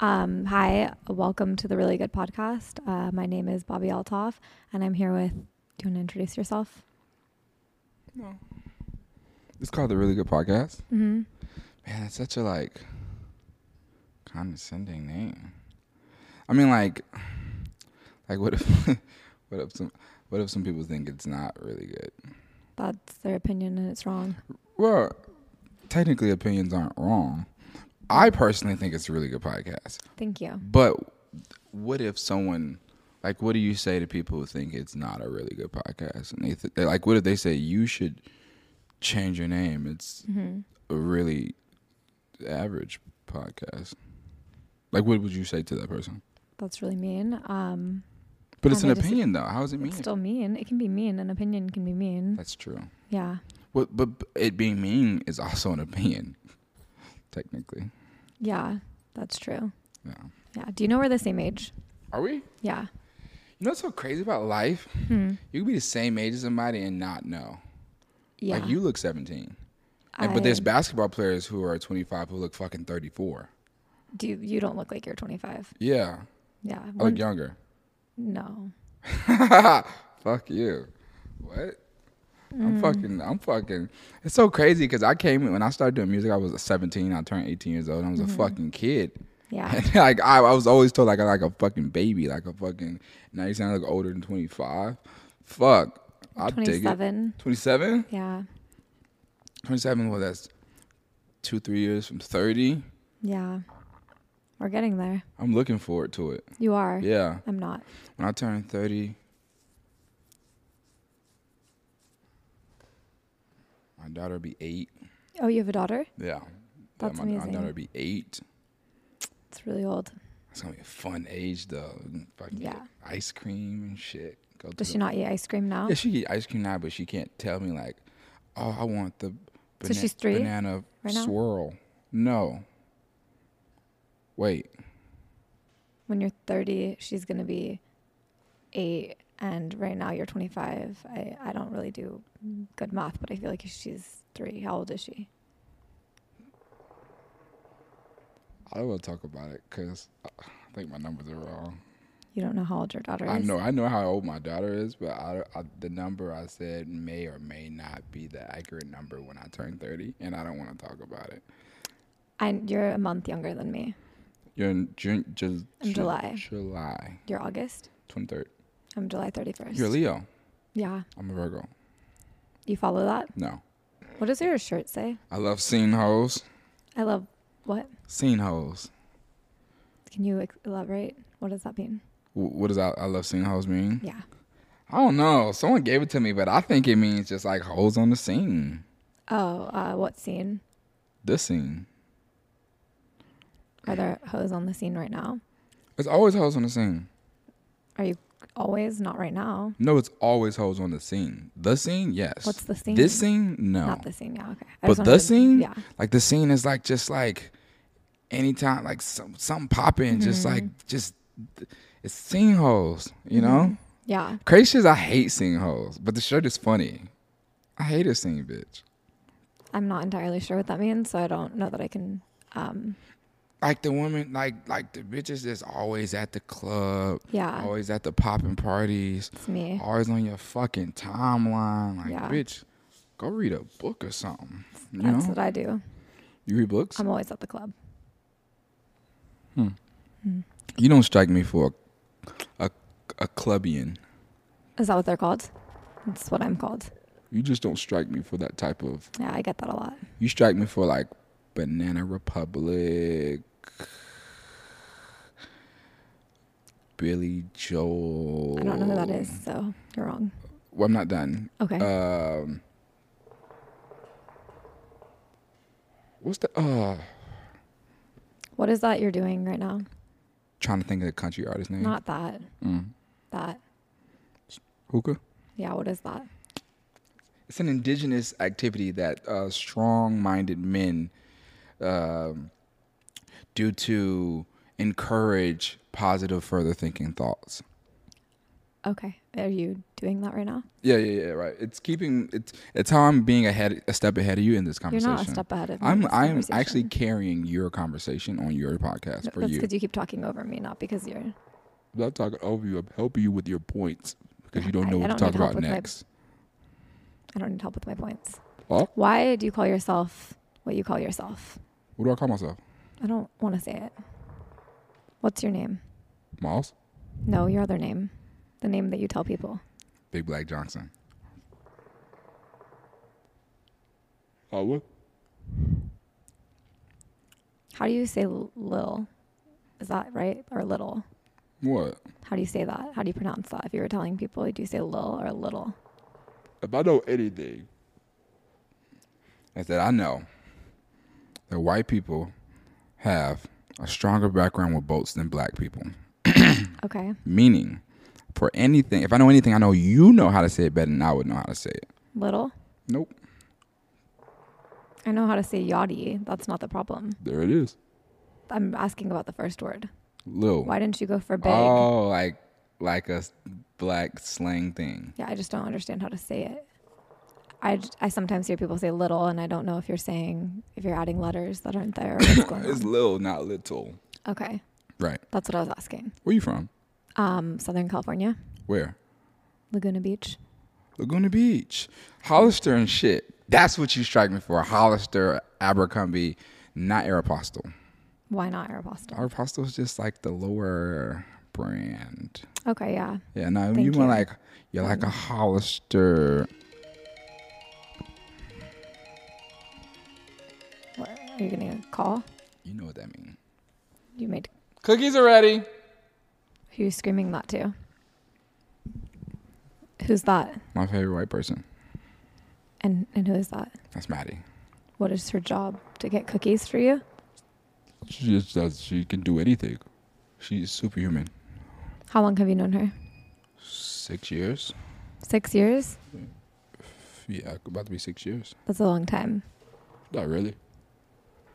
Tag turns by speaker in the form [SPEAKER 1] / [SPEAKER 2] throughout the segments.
[SPEAKER 1] Um, hi, welcome to the Really Good Podcast. Uh, my name is Bobby Altoff, and I'm here with. Do you want to introduce yourself?
[SPEAKER 2] No. It's called the Really Good Podcast.
[SPEAKER 1] Mm-hmm.
[SPEAKER 2] Man, it's such a like condescending name. I mean, like, like what if, what if some, what if some people think it's not really good?
[SPEAKER 1] That's their opinion, and it's wrong.
[SPEAKER 2] Well, technically, opinions aren't wrong. I personally think it's a really good podcast.
[SPEAKER 1] Thank you.
[SPEAKER 2] But what if someone, like, what do you say to people who think it's not a really good podcast? And they, th- they like, what if they say you should change your name? It's
[SPEAKER 1] hmm
[SPEAKER 2] a really average podcast. Like, what would you say to that person?
[SPEAKER 1] That's really mean. Um,
[SPEAKER 2] But it's
[SPEAKER 1] Um,
[SPEAKER 2] an
[SPEAKER 1] I just-
[SPEAKER 2] opinion, though. How is it mean?
[SPEAKER 1] it's still mean. It can be mean. An opinion can be mean.
[SPEAKER 2] That's true.
[SPEAKER 1] Yeah.
[SPEAKER 2] What, but b- it being mean is also an opinion, technically.
[SPEAKER 1] Yeah. That's true.
[SPEAKER 2] Yeah.
[SPEAKER 1] Yeah. Do you know we're the same age?
[SPEAKER 2] Are we?
[SPEAKER 1] Yeah.
[SPEAKER 2] You know what's so crazy about life?
[SPEAKER 1] Hmm.
[SPEAKER 2] You can be the same age as somebody and not know.
[SPEAKER 1] Yeah.
[SPEAKER 2] Like you look 17. And, but there's
[SPEAKER 1] I-
[SPEAKER 2] basketball players who are 25 who look fucking 34.
[SPEAKER 1] Do you, you don't look like you're 25.
[SPEAKER 2] Oh, Yeah.
[SPEAKER 1] Yeah.
[SPEAKER 2] I
[SPEAKER 1] One-
[SPEAKER 2] look younger.
[SPEAKER 1] no.
[SPEAKER 2] Fuck you. What? I'm fucking, I'm fucking. It's so crazy because I came, when I started doing music, I was 17. I turned 18 years old. And I was a fucking kid.
[SPEAKER 1] Yeah.
[SPEAKER 2] And like I, I was always told like I like a fucking baby, like a fucking. Now you sound like older than twenty five. Fuck, I dig it.
[SPEAKER 1] 27.
[SPEAKER 2] Twenty seven.
[SPEAKER 1] Yeah.
[SPEAKER 2] Twenty seven. Well, that's two three years from thirty.
[SPEAKER 1] Yeah. We're getting there.
[SPEAKER 2] I'm looking forward to it.
[SPEAKER 1] You are.
[SPEAKER 2] Yeah,
[SPEAKER 1] I'm not.
[SPEAKER 2] when I turn thirty, my daughter will be eight.
[SPEAKER 1] Oh, you have a daughter?
[SPEAKER 2] Yeah,
[SPEAKER 1] That's
[SPEAKER 2] yeah, my, my
[SPEAKER 1] amazing.
[SPEAKER 2] daughter will be eight.
[SPEAKER 1] It's really old.
[SPEAKER 2] It's gonna be a fun age though. Fucking get
[SPEAKER 1] Yeah.
[SPEAKER 2] ice cream and shit. Go to
[SPEAKER 1] Does
[SPEAKER 2] the
[SPEAKER 1] she not eat ice cream now?
[SPEAKER 2] Yeah, she eat ice cream now, but she can't tell me like, oh, I want the
[SPEAKER 1] So she's three
[SPEAKER 2] banana
[SPEAKER 1] right now?
[SPEAKER 2] swirl. No. Wait,
[SPEAKER 1] When you're 30, she's going to be eight. And right now you're 25. I, I don't really do good math, but I feel like she's three. How old is she?
[SPEAKER 2] I don't want to talk about it because I I think my numbers are wrong.
[SPEAKER 1] You don't know how old your daughter is.
[SPEAKER 2] I know, I know how old my daughter is, but I, I, the number I said may or may not be the accurate number when I turn thirty, and I don't want to talk about it.
[SPEAKER 1] And you're a month younger than me.
[SPEAKER 2] You're in June, Ju-
[SPEAKER 1] In
[SPEAKER 2] Ju-
[SPEAKER 1] July.
[SPEAKER 2] July
[SPEAKER 1] You're August.
[SPEAKER 2] twenty third.
[SPEAKER 1] I'm July 31st.
[SPEAKER 2] You're a Leo.
[SPEAKER 1] Yeah.
[SPEAKER 2] I'm a Virgo.
[SPEAKER 1] You follow that?
[SPEAKER 2] No,
[SPEAKER 1] What does your shirt say?
[SPEAKER 2] I love seeing hoes.
[SPEAKER 1] I love what?
[SPEAKER 2] Seeing hoes.
[SPEAKER 1] Can you ex- elaborate? What does that mean?
[SPEAKER 2] Wh- What does I, I love seeing hoes mean?
[SPEAKER 1] Yeah.
[SPEAKER 2] I don't know. Someone gave it to me, but I think it means just like hoes on the scene.
[SPEAKER 1] Oh, uh, what scene?
[SPEAKER 2] This scene.
[SPEAKER 1] Are there hoes on the scene right now?
[SPEAKER 2] It's always hoes on the scene.
[SPEAKER 1] Always, not right now.
[SPEAKER 2] No, it's always hoes on the scene. The scene, yes.
[SPEAKER 1] What's the scene?
[SPEAKER 2] This scene, no.
[SPEAKER 1] Not the scene. Yeah. Okay.
[SPEAKER 2] Oh. But
[SPEAKER 1] just wanted
[SPEAKER 2] the
[SPEAKER 1] to-
[SPEAKER 2] scene?
[SPEAKER 1] Yeah.
[SPEAKER 2] like the scene is like just like anytime like some something popping, just
[SPEAKER 1] Mhm.
[SPEAKER 2] like just it's scene hoes. You know,
[SPEAKER 1] Yeah.
[SPEAKER 2] crazy shit is I hate scene hoes, but the shirt is funny. I hate a scene bitch.
[SPEAKER 1] I'm not entirely sure what that means, so I don't know that I can. Um,
[SPEAKER 2] Like the woman, like like the bitches that's always at the club,
[SPEAKER 1] yeah.
[SPEAKER 2] always at the popping parties,
[SPEAKER 1] It's me.
[SPEAKER 2] always on your fucking timeline. Like,
[SPEAKER 1] Yeah.
[SPEAKER 2] bitch, go read a book or something. You
[SPEAKER 1] That's
[SPEAKER 2] know,
[SPEAKER 1] what I do.
[SPEAKER 2] you read books.
[SPEAKER 1] I'm always at the club.
[SPEAKER 2] you don't strike me for a, a a clubbian.
[SPEAKER 1] Is that what they're called? That's what I'm called.
[SPEAKER 2] You just don't strike me for that type of.
[SPEAKER 1] Yeah, I get that a lot.
[SPEAKER 2] You strike me for like Banana Republic, Billy Joel.
[SPEAKER 1] I don't know who that is, Eh. so you're wrong.
[SPEAKER 2] Well, I'm not done.
[SPEAKER 1] Okay.
[SPEAKER 2] Um, what's the uh?
[SPEAKER 1] what is that you're doing right now?
[SPEAKER 2] mm. Trying to think of the country artist name.
[SPEAKER 1] Not that.
[SPEAKER 2] Mm.
[SPEAKER 1] That.
[SPEAKER 2] Hookah.
[SPEAKER 1] Yeah. What is that?
[SPEAKER 2] It's an indigenous activity that uh, strong-minded men um, do to encourage positive, further thinking thoughts.
[SPEAKER 1] Okay. Are you doing that right now?
[SPEAKER 2] Yeah, yeah, yeah. Right. It's keeping it's it's how I'm being ahead a step ahead of you in this
[SPEAKER 1] You're
[SPEAKER 2] conversation.
[SPEAKER 1] not a step ahead of me. in
[SPEAKER 2] I'm
[SPEAKER 1] this
[SPEAKER 2] I'm actually
[SPEAKER 1] conversation.
[SPEAKER 2] carrying your conversation on your podcast
[SPEAKER 1] No,
[SPEAKER 2] for
[SPEAKER 1] That's
[SPEAKER 2] you.
[SPEAKER 1] because you keep talking over me, not because you're.
[SPEAKER 2] I'm not talking over you. I'm helping you with your points because you don't
[SPEAKER 1] I-
[SPEAKER 2] know
[SPEAKER 1] I
[SPEAKER 2] what
[SPEAKER 1] don't
[SPEAKER 2] to talk
[SPEAKER 1] need help
[SPEAKER 2] about
[SPEAKER 1] with my-
[SPEAKER 2] next.
[SPEAKER 1] I don't need help with my points.
[SPEAKER 2] Huh?
[SPEAKER 1] Why do you call yourself what you call yourself?
[SPEAKER 2] What do I call myself?
[SPEAKER 1] I don't want to say it. What's your name?
[SPEAKER 2] Miles?
[SPEAKER 1] No, your other name. The name that you tell people.
[SPEAKER 2] Big Black Johnson. Oh, what?
[SPEAKER 1] How do you say l- Lil? Is that right? Or little?
[SPEAKER 2] What?
[SPEAKER 1] How do you say that? How do you pronounce that? If you were telling people, do you say Lil or little?
[SPEAKER 2] If I know anything, is that I know that white people have a stronger background with boats than black people.
[SPEAKER 1] Okay.
[SPEAKER 2] Meaning, for anything, if I know anything, I know you know how to say it better than I would know how to say it.
[SPEAKER 1] Little?
[SPEAKER 2] Nope.
[SPEAKER 1] I know how to say yachty. That's not the problem.
[SPEAKER 2] There it is.
[SPEAKER 1] I'm asking about the first word.
[SPEAKER 2] Lil.
[SPEAKER 1] Why didn't you go for big?
[SPEAKER 2] Oh, like like a s- black slang thing.
[SPEAKER 1] Yeah, I just don't understand how to say it. I, j- I sometimes hear people say little, and I don't know if you're saying, if you're adding letters that aren't there. Or what's going
[SPEAKER 2] It's
[SPEAKER 1] on.
[SPEAKER 2] lil, not little.
[SPEAKER 1] Okay.
[SPEAKER 2] Right.
[SPEAKER 1] That's what I was asking.
[SPEAKER 2] Where you from?
[SPEAKER 1] Um, Southern California,
[SPEAKER 2] Where?
[SPEAKER 1] Laguna Beach.
[SPEAKER 2] Laguna Beach. Hollister and shit. That's what you strike me for. Hollister, Abercrombie, not Aeropostale.
[SPEAKER 1] Why not Aeropostale?
[SPEAKER 2] Aeropostale is just like the lower brand.
[SPEAKER 1] Okay, yeah.
[SPEAKER 2] Yeah, no,
[SPEAKER 1] Thank
[SPEAKER 2] you want
[SPEAKER 1] you.
[SPEAKER 2] like you're like a Hollister.
[SPEAKER 1] What, are you gonna call?
[SPEAKER 2] You know what that means.
[SPEAKER 1] You made
[SPEAKER 2] Cookies are ready.
[SPEAKER 1] who you screaming that to? Who's that?
[SPEAKER 2] My favorite white person.
[SPEAKER 1] And and who is that?
[SPEAKER 2] That's Maddie.
[SPEAKER 1] What is her job? To get cookies for you?
[SPEAKER 2] She just does. She can do anything. She's superhuman.
[SPEAKER 1] How long have you known her?
[SPEAKER 2] Six years.
[SPEAKER 1] Six years?
[SPEAKER 2] Yeah, about to be six years.
[SPEAKER 1] That's a long time.
[SPEAKER 2] Not really.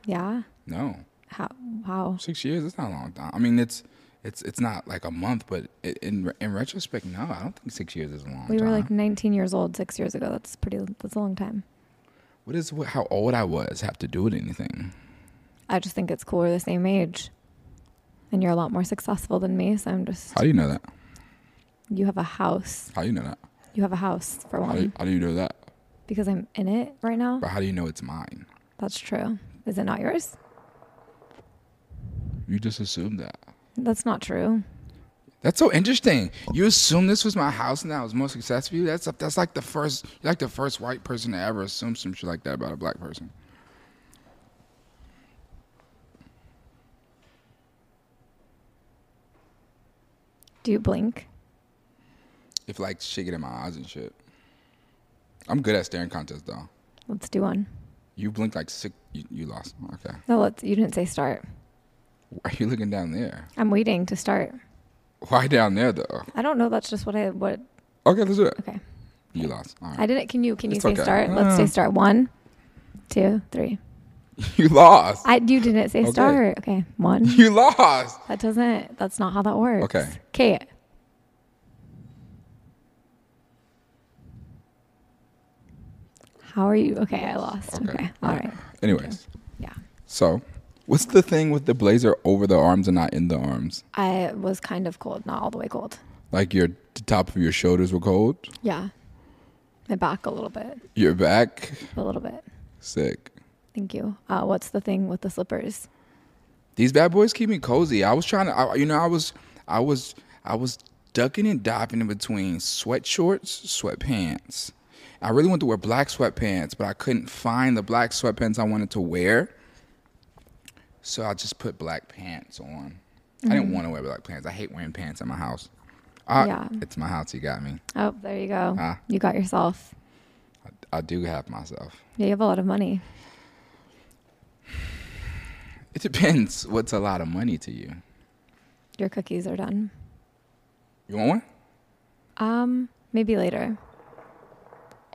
[SPEAKER 1] Yeah.
[SPEAKER 2] No,
[SPEAKER 1] How? Wow.
[SPEAKER 2] six years. It's not a long time. I mean, it's it's it's not like a month, but it, in in retrospect, no, I don't think six years is a long
[SPEAKER 1] We
[SPEAKER 2] time.
[SPEAKER 1] were like 19 years old six years ago. That's pretty. That's a long time.
[SPEAKER 2] what is what, how old I was have to do with anything?
[SPEAKER 1] I just think it's cool we're the same age, and you're a lot more successful than me. So I'm just.
[SPEAKER 2] How do you know that?
[SPEAKER 1] You have a house.
[SPEAKER 2] How do you know that?
[SPEAKER 1] You have a house for
[SPEAKER 2] How
[SPEAKER 1] one
[SPEAKER 2] do you, how do you know that?
[SPEAKER 1] because I'm in it right now.
[SPEAKER 2] But how do you know it's mine?
[SPEAKER 1] That's true. Is it not yours?
[SPEAKER 2] You just assume that.
[SPEAKER 1] That's not true.
[SPEAKER 2] That's so interesting. You assume this was my house and that I was more successful. You that's that's like the first you're like the first white person to ever assume some shit like that about a black person.
[SPEAKER 1] Do you blink?
[SPEAKER 2] If like shit get in my eyes and shit. I'm good at staring contests though.
[SPEAKER 1] Let's do one.
[SPEAKER 2] You blinked like six. You, you lost. Okay.
[SPEAKER 1] No, let's. You didn't say start.
[SPEAKER 2] Why are you looking down there?
[SPEAKER 1] I'm waiting to start.
[SPEAKER 2] Why down there though?
[SPEAKER 1] I don't know. That's just what I. What?
[SPEAKER 2] Okay, let's do it.
[SPEAKER 1] Okay.
[SPEAKER 2] You lost. All
[SPEAKER 1] I
[SPEAKER 2] right.
[SPEAKER 1] didn't. Can you? Can you
[SPEAKER 2] It's
[SPEAKER 1] say
[SPEAKER 2] okay.
[SPEAKER 1] start? Let's say
[SPEAKER 2] Uh.
[SPEAKER 1] start. One, two, three.
[SPEAKER 2] you lost.
[SPEAKER 1] I. You didn't say
[SPEAKER 2] Okay.
[SPEAKER 1] start. Okay. One.
[SPEAKER 2] you lost.
[SPEAKER 1] that doesn't. That's not how that works.
[SPEAKER 2] Okay.
[SPEAKER 1] Okay. How are you? Okay, I lost.
[SPEAKER 2] Okay.
[SPEAKER 1] Okay. All right.
[SPEAKER 2] Anyways,
[SPEAKER 1] Yeah.
[SPEAKER 2] so what's the thing with the blazer over the arms and not in the arms?
[SPEAKER 1] I was kind of cold, not all the way cold.
[SPEAKER 2] Like your the top of your shoulders were cold.
[SPEAKER 1] Yeah. My back a little bit.
[SPEAKER 2] Your back
[SPEAKER 1] A little bit.
[SPEAKER 2] sick.
[SPEAKER 1] Thank you. Uh, what's the thing with the slippers?
[SPEAKER 2] These bad boys keep me cozy. I was trying to. I, you know, I was. I was. I was ducking and diving in between sweat shorts, sweatpants. I really wanted to wear black sweatpants, but I couldn't find the black sweatpants I wanted to wear. So I just put black pants on. I didn't want to wear black pants. I hate wearing pants at my house. I,
[SPEAKER 1] Yeah.
[SPEAKER 2] It's my house. You got me.
[SPEAKER 1] Oh, there you go.
[SPEAKER 2] Ah.
[SPEAKER 1] You got yourself.
[SPEAKER 2] I do have myself.
[SPEAKER 1] Yeah, you have a lot of money.
[SPEAKER 2] It depends what's a lot of money to you.
[SPEAKER 1] Your cookies are done.
[SPEAKER 2] You want one?
[SPEAKER 1] Um, maybe later.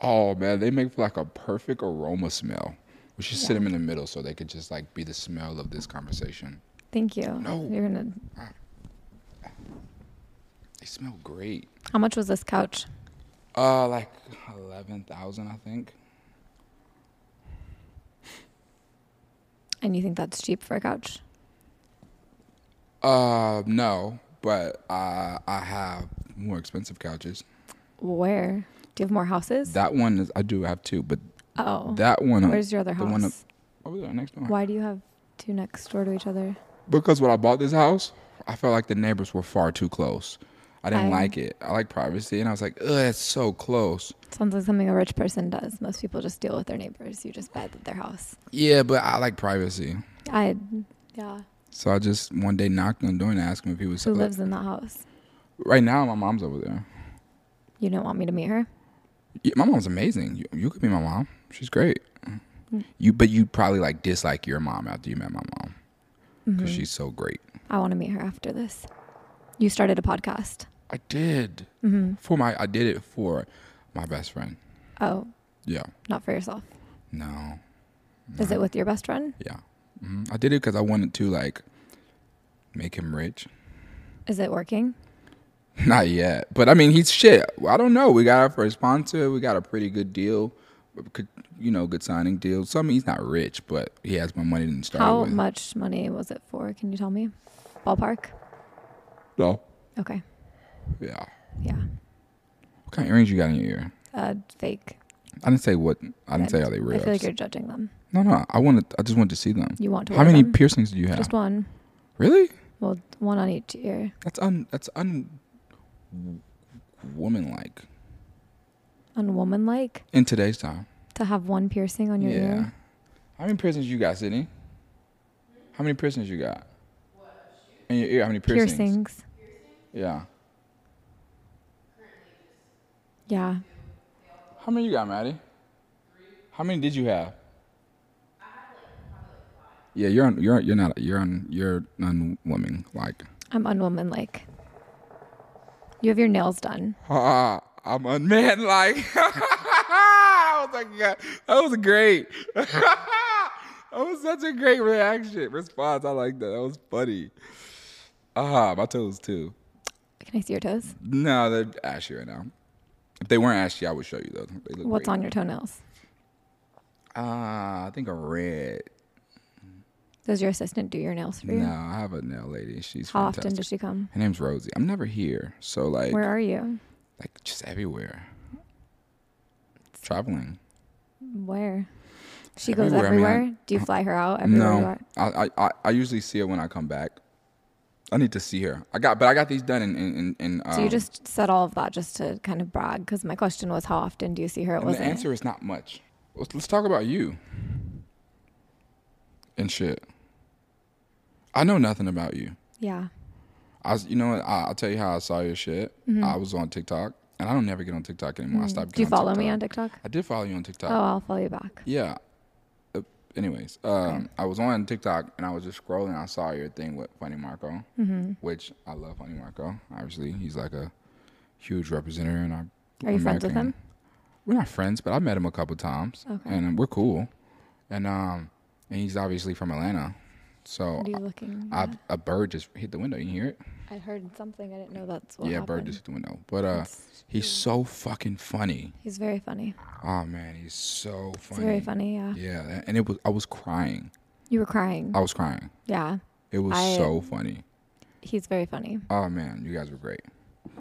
[SPEAKER 2] Oh man, they make like a perfect aroma smell. We should sit them in the middle so they could just like be the smell of this conversation.
[SPEAKER 1] Thank you.
[SPEAKER 2] No.
[SPEAKER 1] You're gonna.
[SPEAKER 2] They They smell great.
[SPEAKER 1] How much was this couch?
[SPEAKER 2] Uh, like eleven thousand, I think.
[SPEAKER 1] And you think that's cheap for a couch?
[SPEAKER 2] Uh, no, but I I have more expensive couches.
[SPEAKER 1] Where? Do you have more houses?
[SPEAKER 2] That one is I do have two, but
[SPEAKER 1] oh.
[SPEAKER 2] that one um,
[SPEAKER 1] Where's your other
[SPEAKER 2] the
[SPEAKER 1] house?
[SPEAKER 2] one up- over there next door.
[SPEAKER 1] Why do you have two next door to each other?
[SPEAKER 2] Because when I bought this house, I felt like the neighbors were far too close. I didn't
[SPEAKER 1] I-
[SPEAKER 2] like it. I like privacy, and I was like, "Ugh, it's so close."
[SPEAKER 1] Sounds like something a rich person does. Most people just deal with their neighbors. You just bad at their house.
[SPEAKER 2] Yeah, but I like privacy,
[SPEAKER 1] I, yeah.
[SPEAKER 2] so I just one day knocked on the door and asked him if he was Uh,
[SPEAKER 1] Who lives in that house?
[SPEAKER 2] Right now, my mom's over there.
[SPEAKER 1] You don't want me to meet her?
[SPEAKER 2] Yeah, my mom's amazing. You, you could be my mom. She's great. You, but you probably like dislike your mom after you met my mom because she's so great.
[SPEAKER 1] I want to meet her after this. You started a podcast.
[SPEAKER 2] I did
[SPEAKER 1] hmm
[SPEAKER 2] for my. I did it for my best friend.
[SPEAKER 1] Oh,
[SPEAKER 2] Yeah.
[SPEAKER 1] not for yourself.
[SPEAKER 2] No.
[SPEAKER 1] Is it with your best friend?
[SPEAKER 2] Yeah. hmm I did it because I wanted to like make him rich.
[SPEAKER 1] Is it working?
[SPEAKER 2] Not yet, but I mean, he's shit. I don't know. We got our first sponsor. We got a pretty good deal. Could, you know, good signing deal. So I mean, he's not rich, but he has more money than start
[SPEAKER 1] How
[SPEAKER 2] with.
[SPEAKER 1] much money was it for? Can you tell me? Ballpark?
[SPEAKER 2] So
[SPEAKER 1] Okay.
[SPEAKER 2] yeah.
[SPEAKER 1] Yeah.
[SPEAKER 2] What kind of earrings you got in your ear?
[SPEAKER 1] Uh, fake.
[SPEAKER 2] I didn't say what. I didn't
[SPEAKER 1] Yeah,
[SPEAKER 2] say are they
[SPEAKER 1] I
[SPEAKER 2] real.
[SPEAKER 1] feel like you're judging them.
[SPEAKER 2] no, no. I wanted. I just wanted to see them.
[SPEAKER 1] You want to
[SPEAKER 2] How
[SPEAKER 1] wear
[SPEAKER 2] many
[SPEAKER 1] them?
[SPEAKER 2] piercings do you have?
[SPEAKER 1] Just one.
[SPEAKER 2] Really?
[SPEAKER 1] Well, one on each ear.
[SPEAKER 2] That's un. That's un. Woman like
[SPEAKER 1] Unwomanlike
[SPEAKER 2] in today's time.
[SPEAKER 1] to have one piercing on your ear.
[SPEAKER 2] How many piercings you got, Sydney? How many piercings you got? In your ear, how many piercings?
[SPEAKER 1] Piercings.
[SPEAKER 2] Yeah.
[SPEAKER 1] Yeah.
[SPEAKER 2] How many you got, Maddie? How many did you have? Yeah, you're on. You're you're not. You're on. You're unwoman like.
[SPEAKER 1] I'm unwomanlike. You have your nails done.
[SPEAKER 2] Ah, I'm unmanlike. that was like yeah, that was great. that was such a great reaction response. I like that. That was funny. Ah, my toes too.
[SPEAKER 1] Can I see your toes?
[SPEAKER 2] No, they're ashy right now. If they weren't ashy, I would show you though. They look
[SPEAKER 1] What's
[SPEAKER 2] great.
[SPEAKER 1] on your toenails?
[SPEAKER 2] Ah, I think a red.
[SPEAKER 1] Does your assistant do your nails for you?
[SPEAKER 2] No, I have a nail lady. She's
[SPEAKER 1] How
[SPEAKER 2] fantastic.
[SPEAKER 1] often does she come?
[SPEAKER 2] Her name's Rosie. I'm never here, so like,
[SPEAKER 1] Where are you?
[SPEAKER 2] like just everywhere. Traveling.
[SPEAKER 1] Where? She goes
[SPEAKER 2] Everywhere, I mean, I-
[SPEAKER 1] everywhere. Do you fly her out everywhere? you are?
[SPEAKER 2] No, I, I- I I usually see her when I come back. I need to see her. I got, but I got these done in in in. in um,
[SPEAKER 1] So you just said all of that just to kind of brag because my question was how often do you see her? It
[SPEAKER 2] and the
[SPEAKER 1] wasn't.
[SPEAKER 2] answer is not much. Let's, let's talk about you. And shit. I know nothing about you.
[SPEAKER 1] Yeah.
[SPEAKER 2] I was, you know what? I, I'll tell you how I saw your shit. I was on TikTok, and I don't never get on TikTok anymore. I stopped.
[SPEAKER 1] Mm-hmm. Do you
[SPEAKER 2] getting
[SPEAKER 1] follow me
[SPEAKER 2] TikTok.
[SPEAKER 1] on TikTok?
[SPEAKER 2] I did follow you on TikTok.
[SPEAKER 1] Oh, I'll follow you back.
[SPEAKER 2] Yeah. Uh, anyways, um, I was on TikTok and I was just scrolling. I saw your thing with Funny Marco,
[SPEAKER 1] Mm-hmm.
[SPEAKER 2] which I love Funny Marco. Obviously, he's like a huge representative. And I
[SPEAKER 1] Are you friends with him?
[SPEAKER 2] We're not friends, but I met him a couple times,
[SPEAKER 1] Okay.
[SPEAKER 2] and we're cool. And um, and he's obviously from Atlanta, so
[SPEAKER 1] What are you looking?
[SPEAKER 2] I,
[SPEAKER 1] at?
[SPEAKER 2] a bird just hit the window. You hear it?
[SPEAKER 1] I heard something. I didn't know that's what
[SPEAKER 2] yeah,
[SPEAKER 1] happened.
[SPEAKER 2] bird just hit the window. But uh,
[SPEAKER 1] It's-
[SPEAKER 2] he's so fucking funny.
[SPEAKER 1] He's very funny.
[SPEAKER 2] Oh man, he's so funny.
[SPEAKER 1] It's very funny. Yeah.
[SPEAKER 2] Yeah, Uh, and it was I was crying.
[SPEAKER 1] You were crying.
[SPEAKER 2] I was crying.
[SPEAKER 1] Yeah.
[SPEAKER 2] It was
[SPEAKER 1] I-
[SPEAKER 2] so funny.
[SPEAKER 1] He's very funny.
[SPEAKER 2] Oh man, you guys were great.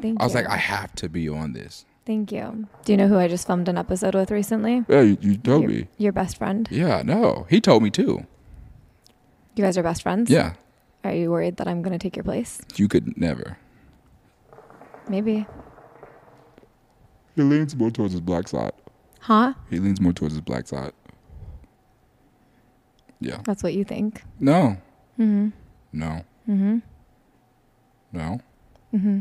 [SPEAKER 1] Thank you.
[SPEAKER 2] I was like, I have to be on this.
[SPEAKER 1] Thank you. Do you know who I just filmed an episode with recently?
[SPEAKER 2] Yeah, you, you told
[SPEAKER 1] Your, your best friend.
[SPEAKER 2] Yeah, no, he told me too.
[SPEAKER 1] You guys are best friends?
[SPEAKER 2] Yeah,
[SPEAKER 1] Are you worried that I'm going to take your place?
[SPEAKER 2] you could never.
[SPEAKER 1] Maybe.
[SPEAKER 2] He leans more towards his black side.
[SPEAKER 1] Huh?
[SPEAKER 2] He leans more towards his black side. Yeah.
[SPEAKER 1] That's what you think.
[SPEAKER 2] No.
[SPEAKER 1] Mm
[SPEAKER 2] No.
[SPEAKER 1] hmm. Mm hmm.
[SPEAKER 2] No.
[SPEAKER 1] Mm hmm.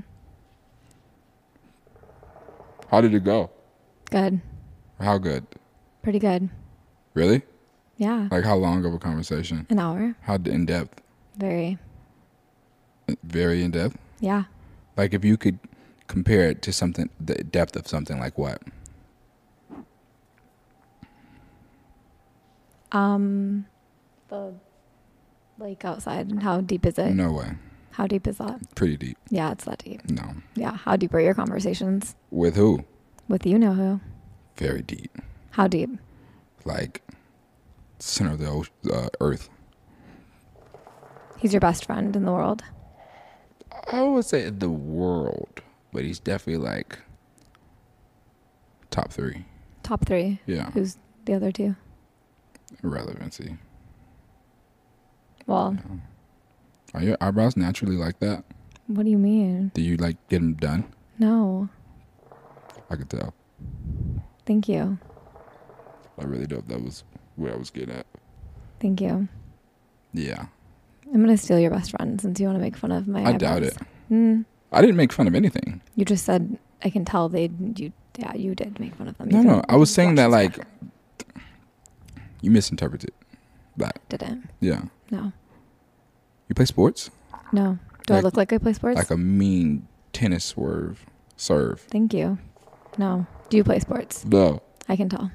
[SPEAKER 2] How did it go?
[SPEAKER 1] Good.
[SPEAKER 2] How good?
[SPEAKER 1] Pretty good.
[SPEAKER 2] Really?
[SPEAKER 1] Yeah.
[SPEAKER 2] Like how long of a conversation?
[SPEAKER 1] An hour.
[SPEAKER 2] How d- in depth?
[SPEAKER 1] Very.
[SPEAKER 2] Very in depth.
[SPEAKER 1] Yeah.
[SPEAKER 2] Like if you could compare it to something, the depth of something like what?
[SPEAKER 1] Um, the lake outside. How deep is it?
[SPEAKER 2] No way.
[SPEAKER 1] How deep is that?
[SPEAKER 2] Pretty deep.
[SPEAKER 1] Yeah, it's that deep.
[SPEAKER 2] No.
[SPEAKER 1] Yeah. How deep are your conversations
[SPEAKER 2] With who?
[SPEAKER 1] with you know who?
[SPEAKER 2] Very deep.
[SPEAKER 1] How deep?
[SPEAKER 2] Like center of the ocean, uh, earth.
[SPEAKER 1] He's your best friend in the world.
[SPEAKER 2] I would say the world, but he's definitely like top three.
[SPEAKER 1] Top three.
[SPEAKER 2] Yeah.
[SPEAKER 1] Who's the other two?
[SPEAKER 2] Relevancy.
[SPEAKER 1] Well,
[SPEAKER 2] Are your eyebrows naturally like that?
[SPEAKER 1] what do you mean?
[SPEAKER 2] Do you like get them done?
[SPEAKER 1] No.
[SPEAKER 2] I could tell.
[SPEAKER 1] Thank you.
[SPEAKER 2] I really don't. That was where I was getting at.
[SPEAKER 1] Thank you.
[SPEAKER 2] Yeah.
[SPEAKER 1] I'm gonna steal your best friend since you want to make fun of my.
[SPEAKER 2] I doubt
[SPEAKER 1] eyebrows.
[SPEAKER 2] it.
[SPEAKER 1] Mm,
[SPEAKER 2] I didn't make fun of anything.
[SPEAKER 1] you just said I can tell they you yeah you did make fun of them. You
[SPEAKER 2] No, no.
[SPEAKER 1] didn't
[SPEAKER 2] I was saying
[SPEAKER 1] watch
[SPEAKER 2] that
[SPEAKER 1] this
[SPEAKER 2] like
[SPEAKER 1] back.
[SPEAKER 2] you misinterpreted.
[SPEAKER 1] didn't
[SPEAKER 2] Yeah.
[SPEAKER 1] no
[SPEAKER 2] You play sports?
[SPEAKER 1] no. Do I
[SPEAKER 2] Like-
[SPEAKER 1] look like I play sports?
[SPEAKER 2] Like a mean tennis swerve serve.
[SPEAKER 1] Thank you. No. Do you play sports?
[SPEAKER 2] No.
[SPEAKER 1] I can tell.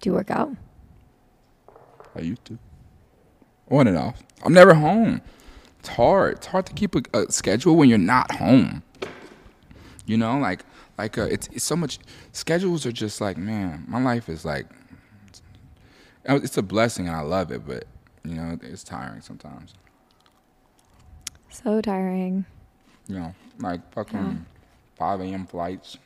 [SPEAKER 1] Do you work out?
[SPEAKER 2] I used to. On and off. I'm never home. It's hard. It's hard to keep a, a schedule when you're not home. You know, like like uh, it's it's so much. Schedules are just like man, my life is like. uh, It's a blessing and I love it, but you know it's tiring sometimes.
[SPEAKER 1] So tiring.
[SPEAKER 2] You know, like fucking
[SPEAKER 1] Yeah.
[SPEAKER 2] five a.m. flights.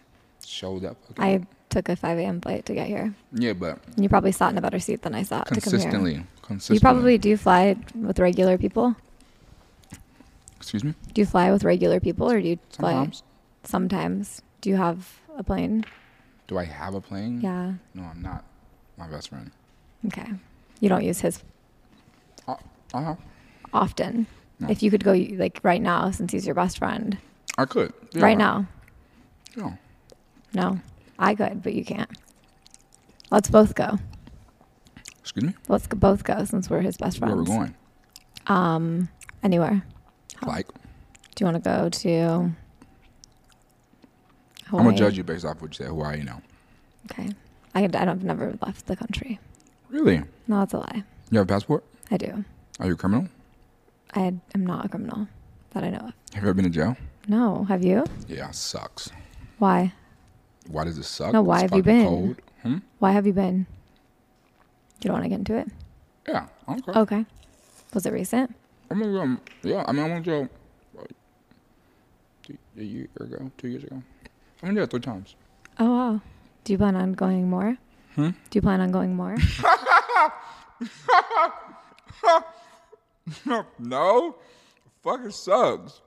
[SPEAKER 2] Showed up. fucking-
[SPEAKER 1] I took a 5 a.m. flight to get here.
[SPEAKER 2] yeah, but
[SPEAKER 1] And you probably sat in a better seat than I sat to come here.
[SPEAKER 2] consistently, consistently.
[SPEAKER 1] You probably do fly with regular people.
[SPEAKER 2] excuse me.
[SPEAKER 1] Do you fly with regular people or do you fly
[SPEAKER 2] Sometimes
[SPEAKER 1] sometimes? Do you have a plane?
[SPEAKER 2] do I have a plane?
[SPEAKER 1] Yeah.
[SPEAKER 2] No, I'm not. My best friend.
[SPEAKER 1] Okay. You don't use his
[SPEAKER 2] I have.
[SPEAKER 1] often.
[SPEAKER 2] No.
[SPEAKER 1] If you could go like right now since he's your best friend.
[SPEAKER 2] I could. Yeah.
[SPEAKER 1] Right now.
[SPEAKER 2] Yeah.
[SPEAKER 1] No. I could, but you can't. Let's both go.
[SPEAKER 2] Excuse me.
[SPEAKER 1] Let's go- both go since we're his best friends.
[SPEAKER 2] Where we're going?
[SPEAKER 1] Um, anywhere. Huh.
[SPEAKER 2] Like,
[SPEAKER 1] Do you want to go to?
[SPEAKER 2] I'm gonna judge you based off what you said. Who are you now?
[SPEAKER 1] Okay, I I don't, I've never left the country.
[SPEAKER 2] Really?
[SPEAKER 1] No, that's a lie.
[SPEAKER 2] You have a passport?
[SPEAKER 1] I do.
[SPEAKER 2] Are you a criminal?
[SPEAKER 1] I am not a criminal that I know of.
[SPEAKER 2] Have you ever been to jail?
[SPEAKER 1] No, have you?
[SPEAKER 2] Yeah, sucks.
[SPEAKER 1] Why?
[SPEAKER 2] Why does it suck?
[SPEAKER 1] No, why
[SPEAKER 2] It's
[SPEAKER 1] have you
[SPEAKER 2] fucking
[SPEAKER 1] been?
[SPEAKER 2] Cold. Hmm?
[SPEAKER 1] Why have you been? You don't want to get into it.
[SPEAKER 2] Yeah. Okay.
[SPEAKER 1] Okay. Was it recent?
[SPEAKER 2] I'm gonna go. um, Yeah, I mean, I went to jail like, two- a year ago, two years ago. I went to jail three times.
[SPEAKER 1] Oh wow. Do you plan on going more?
[SPEAKER 2] Hmm?
[SPEAKER 1] Do you plan on going more?
[SPEAKER 2] no, fucking sucks.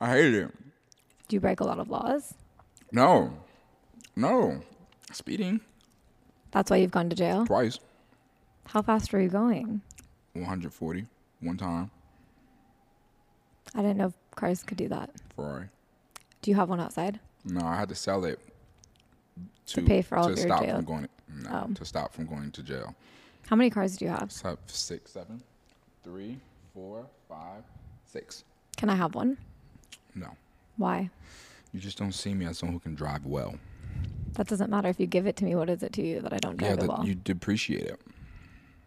[SPEAKER 2] I hate it.
[SPEAKER 1] do you break a lot of laws?
[SPEAKER 2] No, no, speeding
[SPEAKER 1] That's why you've gone to jail.
[SPEAKER 2] twice.
[SPEAKER 1] How fast were you going?
[SPEAKER 2] 140 one time
[SPEAKER 1] I didn't know cars could do that.
[SPEAKER 2] Ferrari.
[SPEAKER 1] Do you have one outside?
[SPEAKER 2] No, I had to sell it to,
[SPEAKER 1] pay for all
[SPEAKER 2] to
[SPEAKER 1] of your
[SPEAKER 2] stop
[SPEAKER 1] jail-
[SPEAKER 2] from going no,
[SPEAKER 1] Oh.
[SPEAKER 2] to stop from going to jail.
[SPEAKER 1] How many cars do you have?
[SPEAKER 2] So I have six, seven, three, four, five, six.
[SPEAKER 1] Can I have one?
[SPEAKER 2] No,
[SPEAKER 1] Why?
[SPEAKER 2] you just don't see me as someone who can drive well.
[SPEAKER 1] That doesn't matter. If you give it to me, what is it to you that I don't
[SPEAKER 2] yeah,
[SPEAKER 1] drive it well?
[SPEAKER 2] that you depreciate it,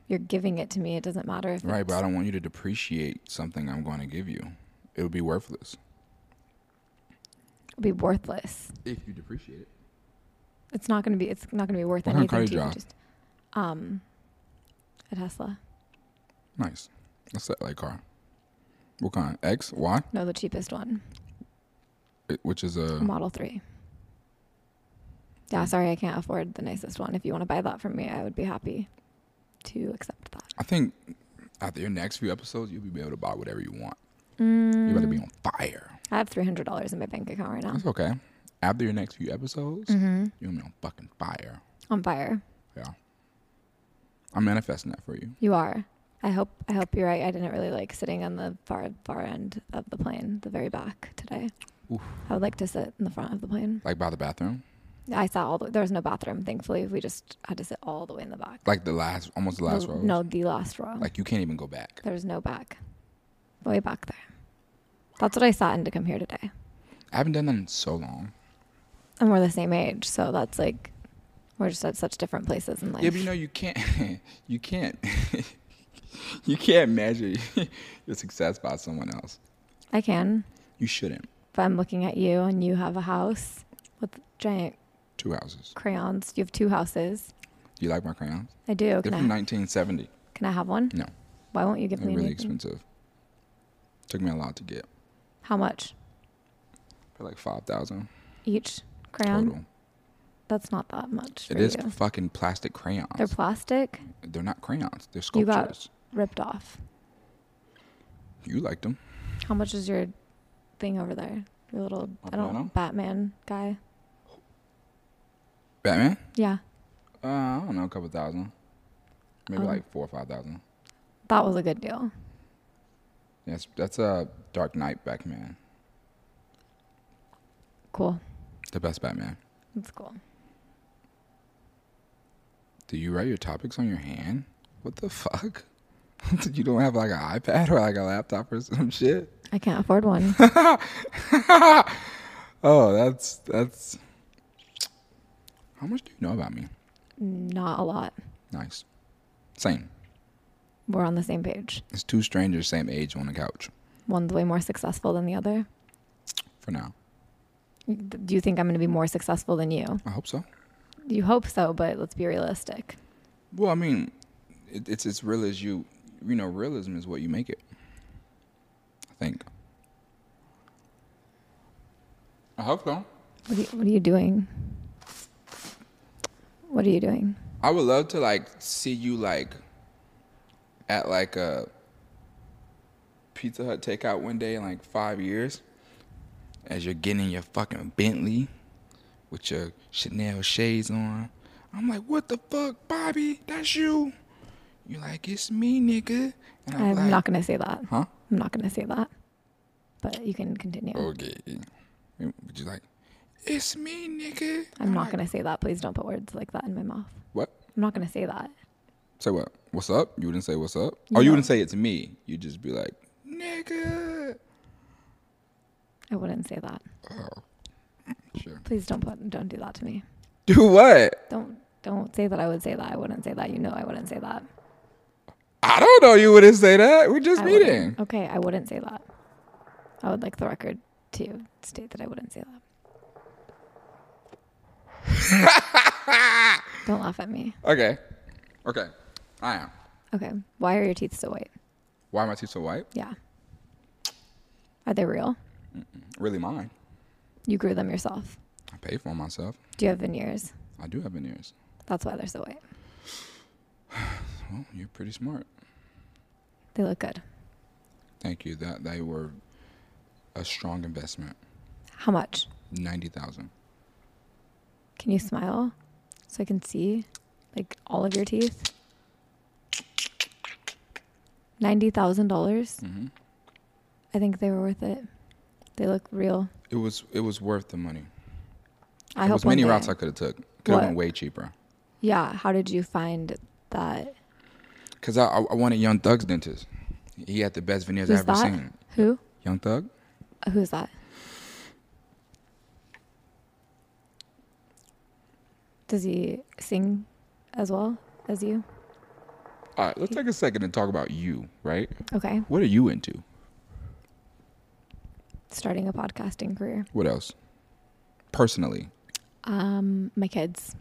[SPEAKER 1] You, are giving it to me. It doesn't matter if
[SPEAKER 2] right?
[SPEAKER 1] it's-
[SPEAKER 2] But I don't want you to depreciate something I'm going to give you. It would be worthless
[SPEAKER 1] it'll be worthless.
[SPEAKER 2] if you depreciate it.
[SPEAKER 1] It's not going to be. It's not going to be worth
[SPEAKER 2] What kind
[SPEAKER 1] anything.
[SPEAKER 2] of
[SPEAKER 1] to you.
[SPEAKER 2] car you drive?
[SPEAKER 1] Just, um, a Tesla.
[SPEAKER 2] Nice. That's that like car. What kind? X, Y,
[SPEAKER 1] No, the cheapest one,
[SPEAKER 2] It- which is a
[SPEAKER 1] Model Three. Yeah, sorry, I can't afford the nicest one. If you want to buy that from me, I would be happy to accept that.
[SPEAKER 2] I think after your next few episodes, you'll be able to buy whatever you want.
[SPEAKER 1] Mm,
[SPEAKER 2] You're about to be on fire.
[SPEAKER 1] I have three hundred dollars in my bank account right now.
[SPEAKER 2] That's okay. After your next few episodes,
[SPEAKER 1] Mm-hmm.
[SPEAKER 2] you'll be on fucking fire.
[SPEAKER 1] On fire.
[SPEAKER 2] Yeah. I'm manifesting that for you.
[SPEAKER 1] You are. I hope I hope you're right. I didn't really like sitting on the far far end of the plane, the very back today.
[SPEAKER 2] Oof.
[SPEAKER 1] I would like to sit in the front of the plane.
[SPEAKER 2] Like by the bathroom.
[SPEAKER 1] I sat all the there was no bathroom, thankfully. We just had to sit all the way in the back.
[SPEAKER 2] Like the last, almost the last
[SPEAKER 1] The-
[SPEAKER 2] row.
[SPEAKER 1] No, the last row.
[SPEAKER 2] Like you can't even go back.
[SPEAKER 1] there was no back. Way back there. That's what I sat in to come here today.
[SPEAKER 2] I haven't done that in so long.
[SPEAKER 1] And we're the same age, so that's like we're just at such different places in life.
[SPEAKER 2] Yeah, but you know you can't. you can't. you can't measure your success by someone else.
[SPEAKER 1] I can.
[SPEAKER 2] You shouldn't.
[SPEAKER 1] If I'm looking at you and you have a house with giant
[SPEAKER 2] Two houses.
[SPEAKER 1] crayons, you have two houses.
[SPEAKER 2] Do you like my crayons?
[SPEAKER 1] I do.
[SPEAKER 2] They're
[SPEAKER 1] Can I,
[SPEAKER 2] from 1970.
[SPEAKER 1] can I have one?
[SPEAKER 2] No.
[SPEAKER 1] Why won't you give
[SPEAKER 2] They're
[SPEAKER 1] me
[SPEAKER 2] really
[SPEAKER 1] anything?
[SPEAKER 2] expensive. Took me a lot to get.
[SPEAKER 1] How much
[SPEAKER 2] For like five thousand
[SPEAKER 1] each crayon?
[SPEAKER 2] total.
[SPEAKER 1] That's not that much.
[SPEAKER 2] It
[SPEAKER 1] for
[SPEAKER 2] is
[SPEAKER 1] you.
[SPEAKER 2] fucking plastic crayons.
[SPEAKER 1] They're
[SPEAKER 2] They're,
[SPEAKER 1] plastic,
[SPEAKER 2] not crayons. They're
[SPEAKER 1] You got-
[SPEAKER 2] sculptures.
[SPEAKER 1] ripped off.
[SPEAKER 2] You, liked them.
[SPEAKER 1] How much is your thing over there? Your little
[SPEAKER 2] My
[SPEAKER 1] I don't
[SPEAKER 2] piano?
[SPEAKER 1] Batman guy.
[SPEAKER 2] Batman?
[SPEAKER 1] Yeah,
[SPEAKER 2] Uh, I don't know, a couple thousand. Maybe
[SPEAKER 1] Um,
[SPEAKER 2] like four or five thousand.
[SPEAKER 1] that was a good deal.
[SPEAKER 2] Yes, that's a Dark Knight Batman.
[SPEAKER 1] Cool.
[SPEAKER 2] The best Batman.
[SPEAKER 1] That's cool.
[SPEAKER 2] Do you write your topics on your hand? What the fuck? you don't have like an iPad or like a laptop or some shit?
[SPEAKER 1] I can't afford one.
[SPEAKER 2] Oh, that's that's. How much do you know about me?
[SPEAKER 1] not a lot.
[SPEAKER 2] Nice. Same.
[SPEAKER 1] We're on the same page.
[SPEAKER 2] It's two strangers, same age, on the couch.
[SPEAKER 1] One's way more successful than the other.
[SPEAKER 2] For now,
[SPEAKER 1] Do you think I'm going to be more successful than you?
[SPEAKER 2] I hope so.
[SPEAKER 1] You hope so, but let's be realistic.
[SPEAKER 2] Well, I mean, it, it's as real as you. You know, realism is what you make it. I think. I hope so.
[SPEAKER 1] What are you, what are you doing? What are you doing?
[SPEAKER 2] I would love to like see you like at like a Pizza Hut takeout one day in like five years, as you're getting in your fucking Bentley with your Chanel shades on. I'm like, what the fuck, Bobby? That's you. You're like, it's me, nigga. And
[SPEAKER 1] I'm
[SPEAKER 2] like,
[SPEAKER 1] not going to say that.
[SPEAKER 2] huh?
[SPEAKER 1] I'm not going to say that. But you can continue.
[SPEAKER 2] Okay. Would you like, it's me, nigga?
[SPEAKER 1] I'm not going to say that. Please don't put words like that in my mouth.
[SPEAKER 2] What?
[SPEAKER 1] I'm not going to say that.
[SPEAKER 2] Say what? What's up? You wouldn't say what's up?
[SPEAKER 1] You
[SPEAKER 2] oh, you
[SPEAKER 1] know.
[SPEAKER 2] wouldn't say it to me. You'd just be like, nigga.
[SPEAKER 1] I wouldn't say that.
[SPEAKER 2] Sure.
[SPEAKER 1] Please don't put don't do that to me.
[SPEAKER 2] Do what?
[SPEAKER 1] Don't don't say that I would say that. I wouldn't say that. You know I wouldn't say that.
[SPEAKER 2] I don't know. You wouldn't say that. We're just
[SPEAKER 1] I wouldn't.
[SPEAKER 2] meeting.
[SPEAKER 1] Okay, I wouldn't say that. I would like the record to state that I wouldn't say that. Don't laugh at me.
[SPEAKER 2] Okay. Okay. I am.
[SPEAKER 1] Okay. Why are your teeth so white?
[SPEAKER 2] Why are my teeth so white?
[SPEAKER 1] Yeah. Are they real?
[SPEAKER 2] Really mine.
[SPEAKER 1] You grew them yourself.
[SPEAKER 2] I pay for 'em myself.
[SPEAKER 1] Do you have veneers?
[SPEAKER 2] I do have veneers.
[SPEAKER 1] That's why they're so white.
[SPEAKER 2] Well, you're pretty smart.
[SPEAKER 1] They look good.
[SPEAKER 2] Thank you. That they were a strong investment.
[SPEAKER 1] How much?
[SPEAKER 2] Ninety thousand.
[SPEAKER 1] Can you smile so I can see like all of your teeth? Ninety thousand dollars.
[SPEAKER 2] Mhm.
[SPEAKER 1] I think they were worth it. They look real.
[SPEAKER 2] It was. It was worth the money.
[SPEAKER 1] I
[SPEAKER 2] there
[SPEAKER 1] hope
[SPEAKER 2] was
[SPEAKER 1] one
[SPEAKER 2] many
[SPEAKER 1] day-
[SPEAKER 2] routes I could have took. Could have
[SPEAKER 1] What?
[SPEAKER 2] went way cheaper.
[SPEAKER 1] Yeah. How did you find that?
[SPEAKER 2] Cause I, I, I wanted Young Thug's dentist. He had the best veneers
[SPEAKER 1] Who's
[SPEAKER 2] I ever
[SPEAKER 1] that?
[SPEAKER 2] seen.
[SPEAKER 1] Who?
[SPEAKER 2] Young Thug.
[SPEAKER 1] Who's that? Does he sing as well as you?
[SPEAKER 2] All right. Let's take a second and talk about you. Right.
[SPEAKER 1] Okay.
[SPEAKER 2] What are you into?
[SPEAKER 1] Starting a podcasting career.
[SPEAKER 2] What else? Personally.
[SPEAKER 1] Um, my kids.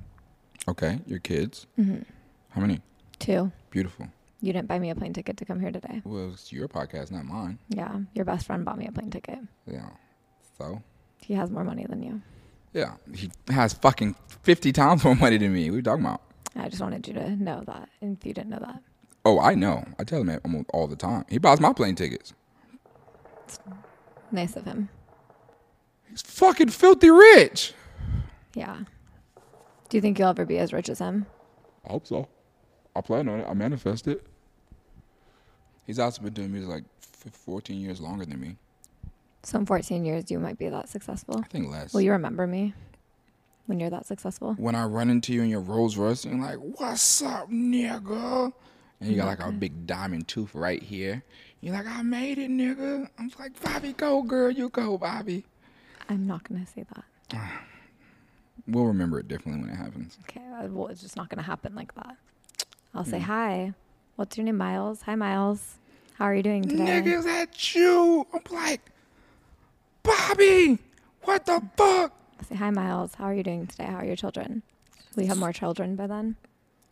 [SPEAKER 2] Okay. Your kids.
[SPEAKER 1] Mm-hmm.
[SPEAKER 2] How many?
[SPEAKER 1] Two.
[SPEAKER 2] Beautiful.
[SPEAKER 1] You didn't buy me a plane ticket to come here today.
[SPEAKER 2] Well, it's your podcast, not mine.
[SPEAKER 1] Yeah, your best friend bought me a plane ticket.
[SPEAKER 2] Yeah. So.
[SPEAKER 1] He has more money than you.
[SPEAKER 2] Yeah. He has fucking fifty times more money than me. What are you talking about?
[SPEAKER 1] I just wanted you to know that, and if you didn't know that,
[SPEAKER 2] Oh, I know. I tell him almost all the time. He buys my plane tickets.
[SPEAKER 1] nice of him.
[SPEAKER 2] He's fucking filthy rich.
[SPEAKER 1] Yeah. Do you think you'll ever be as rich as him?
[SPEAKER 2] I hope so. I plan on it. I manifest it. He's also been doing music like f- 14 years longer than me.
[SPEAKER 1] So in 14 years, you might be that successful.
[SPEAKER 2] I think less.
[SPEAKER 1] Will you remember me when you're that successful?
[SPEAKER 2] when I run into you in your Rolls Royce and you're like, what's up, nigga? And you got like a big diamond tooth right here. You're like, I made it, nigga. I'm like, Bobby, go, girl. You go, Bobby.
[SPEAKER 1] I'm not gonna say that.
[SPEAKER 2] We'll remember it differently when it happens.
[SPEAKER 1] Okay. uh, Well, it's just not gonna happen like that. I'll say hi. what's your name, Miles? Hi, Miles. How are you doing today?
[SPEAKER 2] Niggas at you. I'm like, Bobby, what the fuck?
[SPEAKER 1] I say, hi, Miles. How are you doing today? How are your children? Will you have more children by then?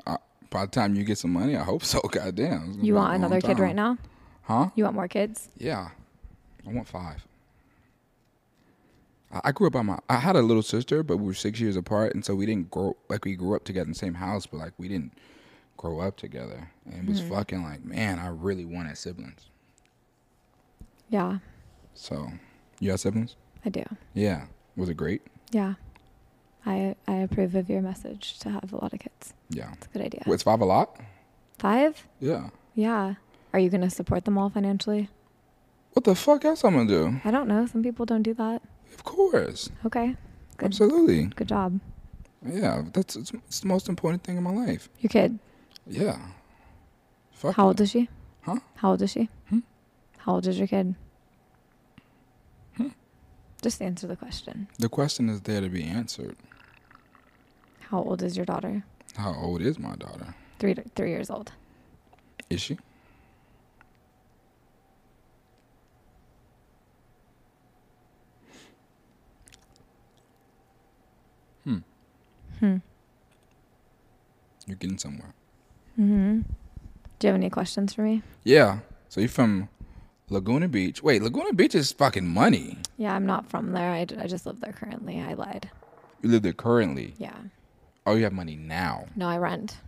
[SPEAKER 2] Uh, by the time you get some money, I hope so. Goddamn. It's gonna be
[SPEAKER 1] You
[SPEAKER 2] a
[SPEAKER 1] want
[SPEAKER 2] long
[SPEAKER 1] another kid
[SPEAKER 2] time.
[SPEAKER 1] right now?
[SPEAKER 2] Huh?
[SPEAKER 1] You want more kids?
[SPEAKER 2] Yeah. I want five. I I grew up by my. I had a little sister, but we were six years apart, and so we didn't grow like we grew up together in the same house, but like we didn't grow up together. And it was
[SPEAKER 1] Mm-hmm.
[SPEAKER 2] fucking like, man, I really wanted siblings.
[SPEAKER 1] Yeah,
[SPEAKER 2] So, you have siblings?
[SPEAKER 1] I do.
[SPEAKER 2] Yeah. Was it great?
[SPEAKER 1] Yeah. I I approve of your message to have a lot of kids.
[SPEAKER 2] Yeah.
[SPEAKER 1] It's a good idea.
[SPEAKER 2] Was five a lot?
[SPEAKER 1] Five?
[SPEAKER 2] Yeah.
[SPEAKER 1] Yeah. Are you going to support them all financially?
[SPEAKER 2] What the fuck else I'm gonna do?
[SPEAKER 1] I don't know. Some people don't do that.
[SPEAKER 2] Of course.
[SPEAKER 1] Okay. Good.
[SPEAKER 2] Absolutely.
[SPEAKER 1] Good job.
[SPEAKER 2] Yeah. That's it's, it's the most important thing in my life.
[SPEAKER 1] Your kid.
[SPEAKER 2] Yeah. Fuck.
[SPEAKER 1] How old is she?
[SPEAKER 2] Huh?
[SPEAKER 1] How old is she?
[SPEAKER 2] Hmm?
[SPEAKER 1] How old is your kid?
[SPEAKER 2] Hmm?
[SPEAKER 1] Just answer the question.
[SPEAKER 2] the question is there to be answered.
[SPEAKER 1] How old is your daughter?
[SPEAKER 2] How old is my daughter?
[SPEAKER 1] Three three years old.
[SPEAKER 2] Is she? Hmm.
[SPEAKER 1] Hmm.
[SPEAKER 2] You're getting somewhere.
[SPEAKER 1] Mm-hmm. Do you have any questions for me?
[SPEAKER 2] Yeah. So you're from Laguna Beach. Wait, Laguna Beach is fucking money.
[SPEAKER 1] Yeah, I'm not from there. I, I just live there currently. I lied.
[SPEAKER 2] You live there currently.
[SPEAKER 1] Yeah.
[SPEAKER 2] Oh, you have money now
[SPEAKER 1] No, I rent.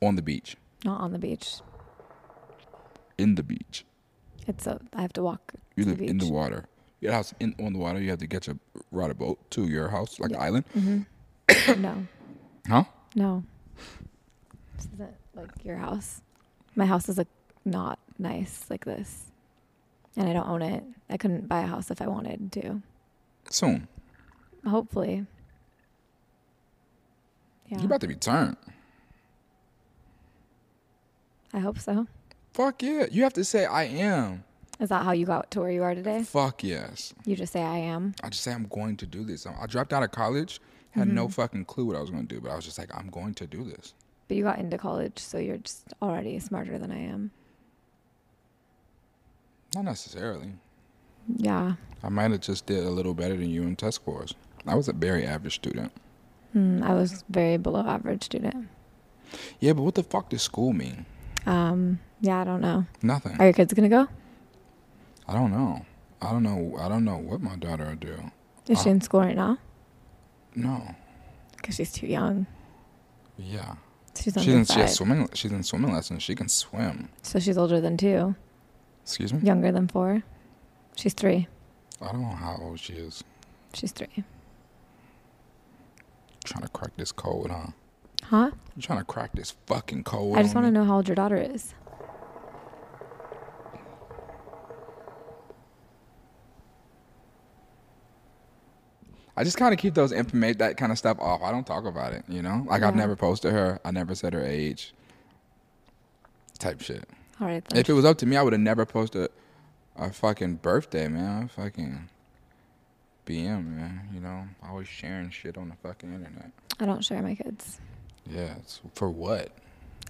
[SPEAKER 2] on the beach,
[SPEAKER 1] Not on the beach.
[SPEAKER 2] in the beach.
[SPEAKER 1] It's a. I have to walk.
[SPEAKER 2] You
[SPEAKER 1] to
[SPEAKER 2] live in the
[SPEAKER 1] beach.
[SPEAKER 2] water. Your house in on the water. You have to get your ride a boat to your house, like
[SPEAKER 1] Yeah.
[SPEAKER 2] the island,
[SPEAKER 1] no,
[SPEAKER 2] huh?
[SPEAKER 1] no. This isn't like your house. My house is like not nice like this, and I don't own it. I couldn't buy a house if I wanted to.
[SPEAKER 2] Soon.
[SPEAKER 1] Hopefully. Yeah.
[SPEAKER 2] You're about to be turned.
[SPEAKER 1] I hope so.
[SPEAKER 2] Fuck yeah. You have to say I am.
[SPEAKER 1] Is that how you got to where you are today?
[SPEAKER 2] Fuck yes.
[SPEAKER 1] You just say I am.
[SPEAKER 2] I just say I'm going to do this. I dropped out of college, had
[SPEAKER 1] Mm-hmm.
[SPEAKER 2] no fucking clue what I was going to do, but I was just like, I'm going to do this.
[SPEAKER 1] But you got into college, so you're just already smarter than I am.
[SPEAKER 2] Not necessarily.
[SPEAKER 1] Yeah.
[SPEAKER 2] I might have just did a little better than you in test scores. I was a very average student.
[SPEAKER 1] Mm, I was very below average student.
[SPEAKER 2] Yeah, but what the fuck does school mean?
[SPEAKER 1] Um, yeah, I don't know.
[SPEAKER 2] Nothing.
[SPEAKER 1] Are your kids gonna go?
[SPEAKER 2] I don't know. I don't know. I don't know what my daughter will do.
[SPEAKER 1] Is she in school right now?
[SPEAKER 2] No.
[SPEAKER 1] Because she's too young.
[SPEAKER 2] Yeah.
[SPEAKER 1] She's
[SPEAKER 2] She's in,
[SPEAKER 1] only
[SPEAKER 2] she has
[SPEAKER 1] five,
[SPEAKER 2] swimming. She's in swimming lessons. She can swim.
[SPEAKER 1] so she's older than two,
[SPEAKER 2] Excuse me.
[SPEAKER 1] younger than four. She's three.
[SPEAKER 2] I don't know how old she is.
[SPEAKER 1] She's three.
[SPEAKER 2] trying to crack this code, huh?
[SPEAKER 1] Huh?
[SPEAKER 2] I'm trying to crack this fucking code.
[SPEAKER 1] I just want to know how old your daughter is.
[SPEAKER 2] I just kind of keep those information, that kind of stuff off. I don't talk about it, you know. Like I've
[SPEAKER 1] Yeah.
[SPEAKER 2] never posted her. I never said her age. Type shit.
[SPEAKER 1] All right. Then.
[SPEAKER 2] If it was up to me, I would have never posted a fucking birthday, man. I fucking BM, man. You know, always sharing shit on the fucking internet.
[SPEAKER 1] I don't share my kids.
[SPEAKER 2] Yeah, it's for what?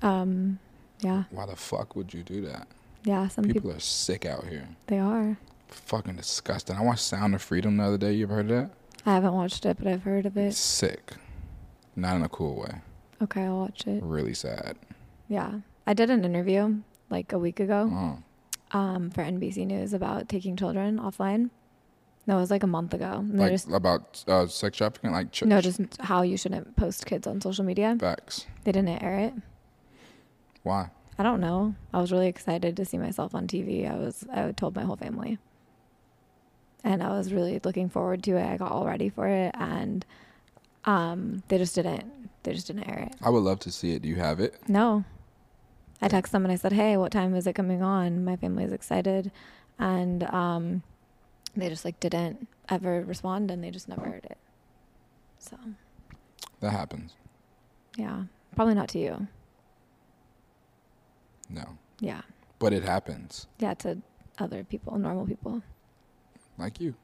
[SPEAKER 1] Um, yeah,
[SPEAKER 2] Why the fuck would you do that?
[SPEAKER 1] yeah. Some people,
[SPEAKER 2] People are sick out here.
[SPEAKER 1] they are.
[SPEAKER 2] Fucking disgusting. I watched Sound of Freedom the other day. You ever heard of that?
[SPEAKER 1] I haven't watched it, but I've heard of it.
[SPEAKER 2] Sick. Not in a cool way.
[SPEAKER 1] Okay, I'll watch it.
[SPEAKER 2] Really sad.
[SPEAKER 1] Yeah, I did an interview like a week ago.
[SPEAKER 2] Oh.
[SPEAKER 1] um, for NBC News about taking children offline. That was like a month ago. And they
[SPEAKER 2] Like
[SPEAKER 1] just
[SPEAKER 2] about uh, sex trafficking, like ch-
[SPEAKER 1] no, just how you shouldn't post kids on social media.
[SPEAKER 2] facts.
[SPEAKER 1] They didn't air it.
[SPEAKER 2] Why?
[SPEAKER 1] I don't know. I was really excited to see myself on TV. I was I told my whole family. And I was really looking forward to it. I got all ready for it and um, they just didn't they just didn't air it.
[SPEAKER 2] I would love to see it. Do you have it?
[SPEAKER 1] No. I texted them and I said, "Hey, what time is it coming on?" My family's excited, and um, they just like didn't ever respond, and they just never heard it. So
[SPEAKER 2] That happens.
[SPEAKER 1] yeah, probably not to you.
[SPEAKER 2] No,
[SPEAKER 1] Yeah,
[SPEAKER 2] but it happens.
[SPEAKER 1] yeah, to other people, normal people.
[SPEAKER 2] Like you.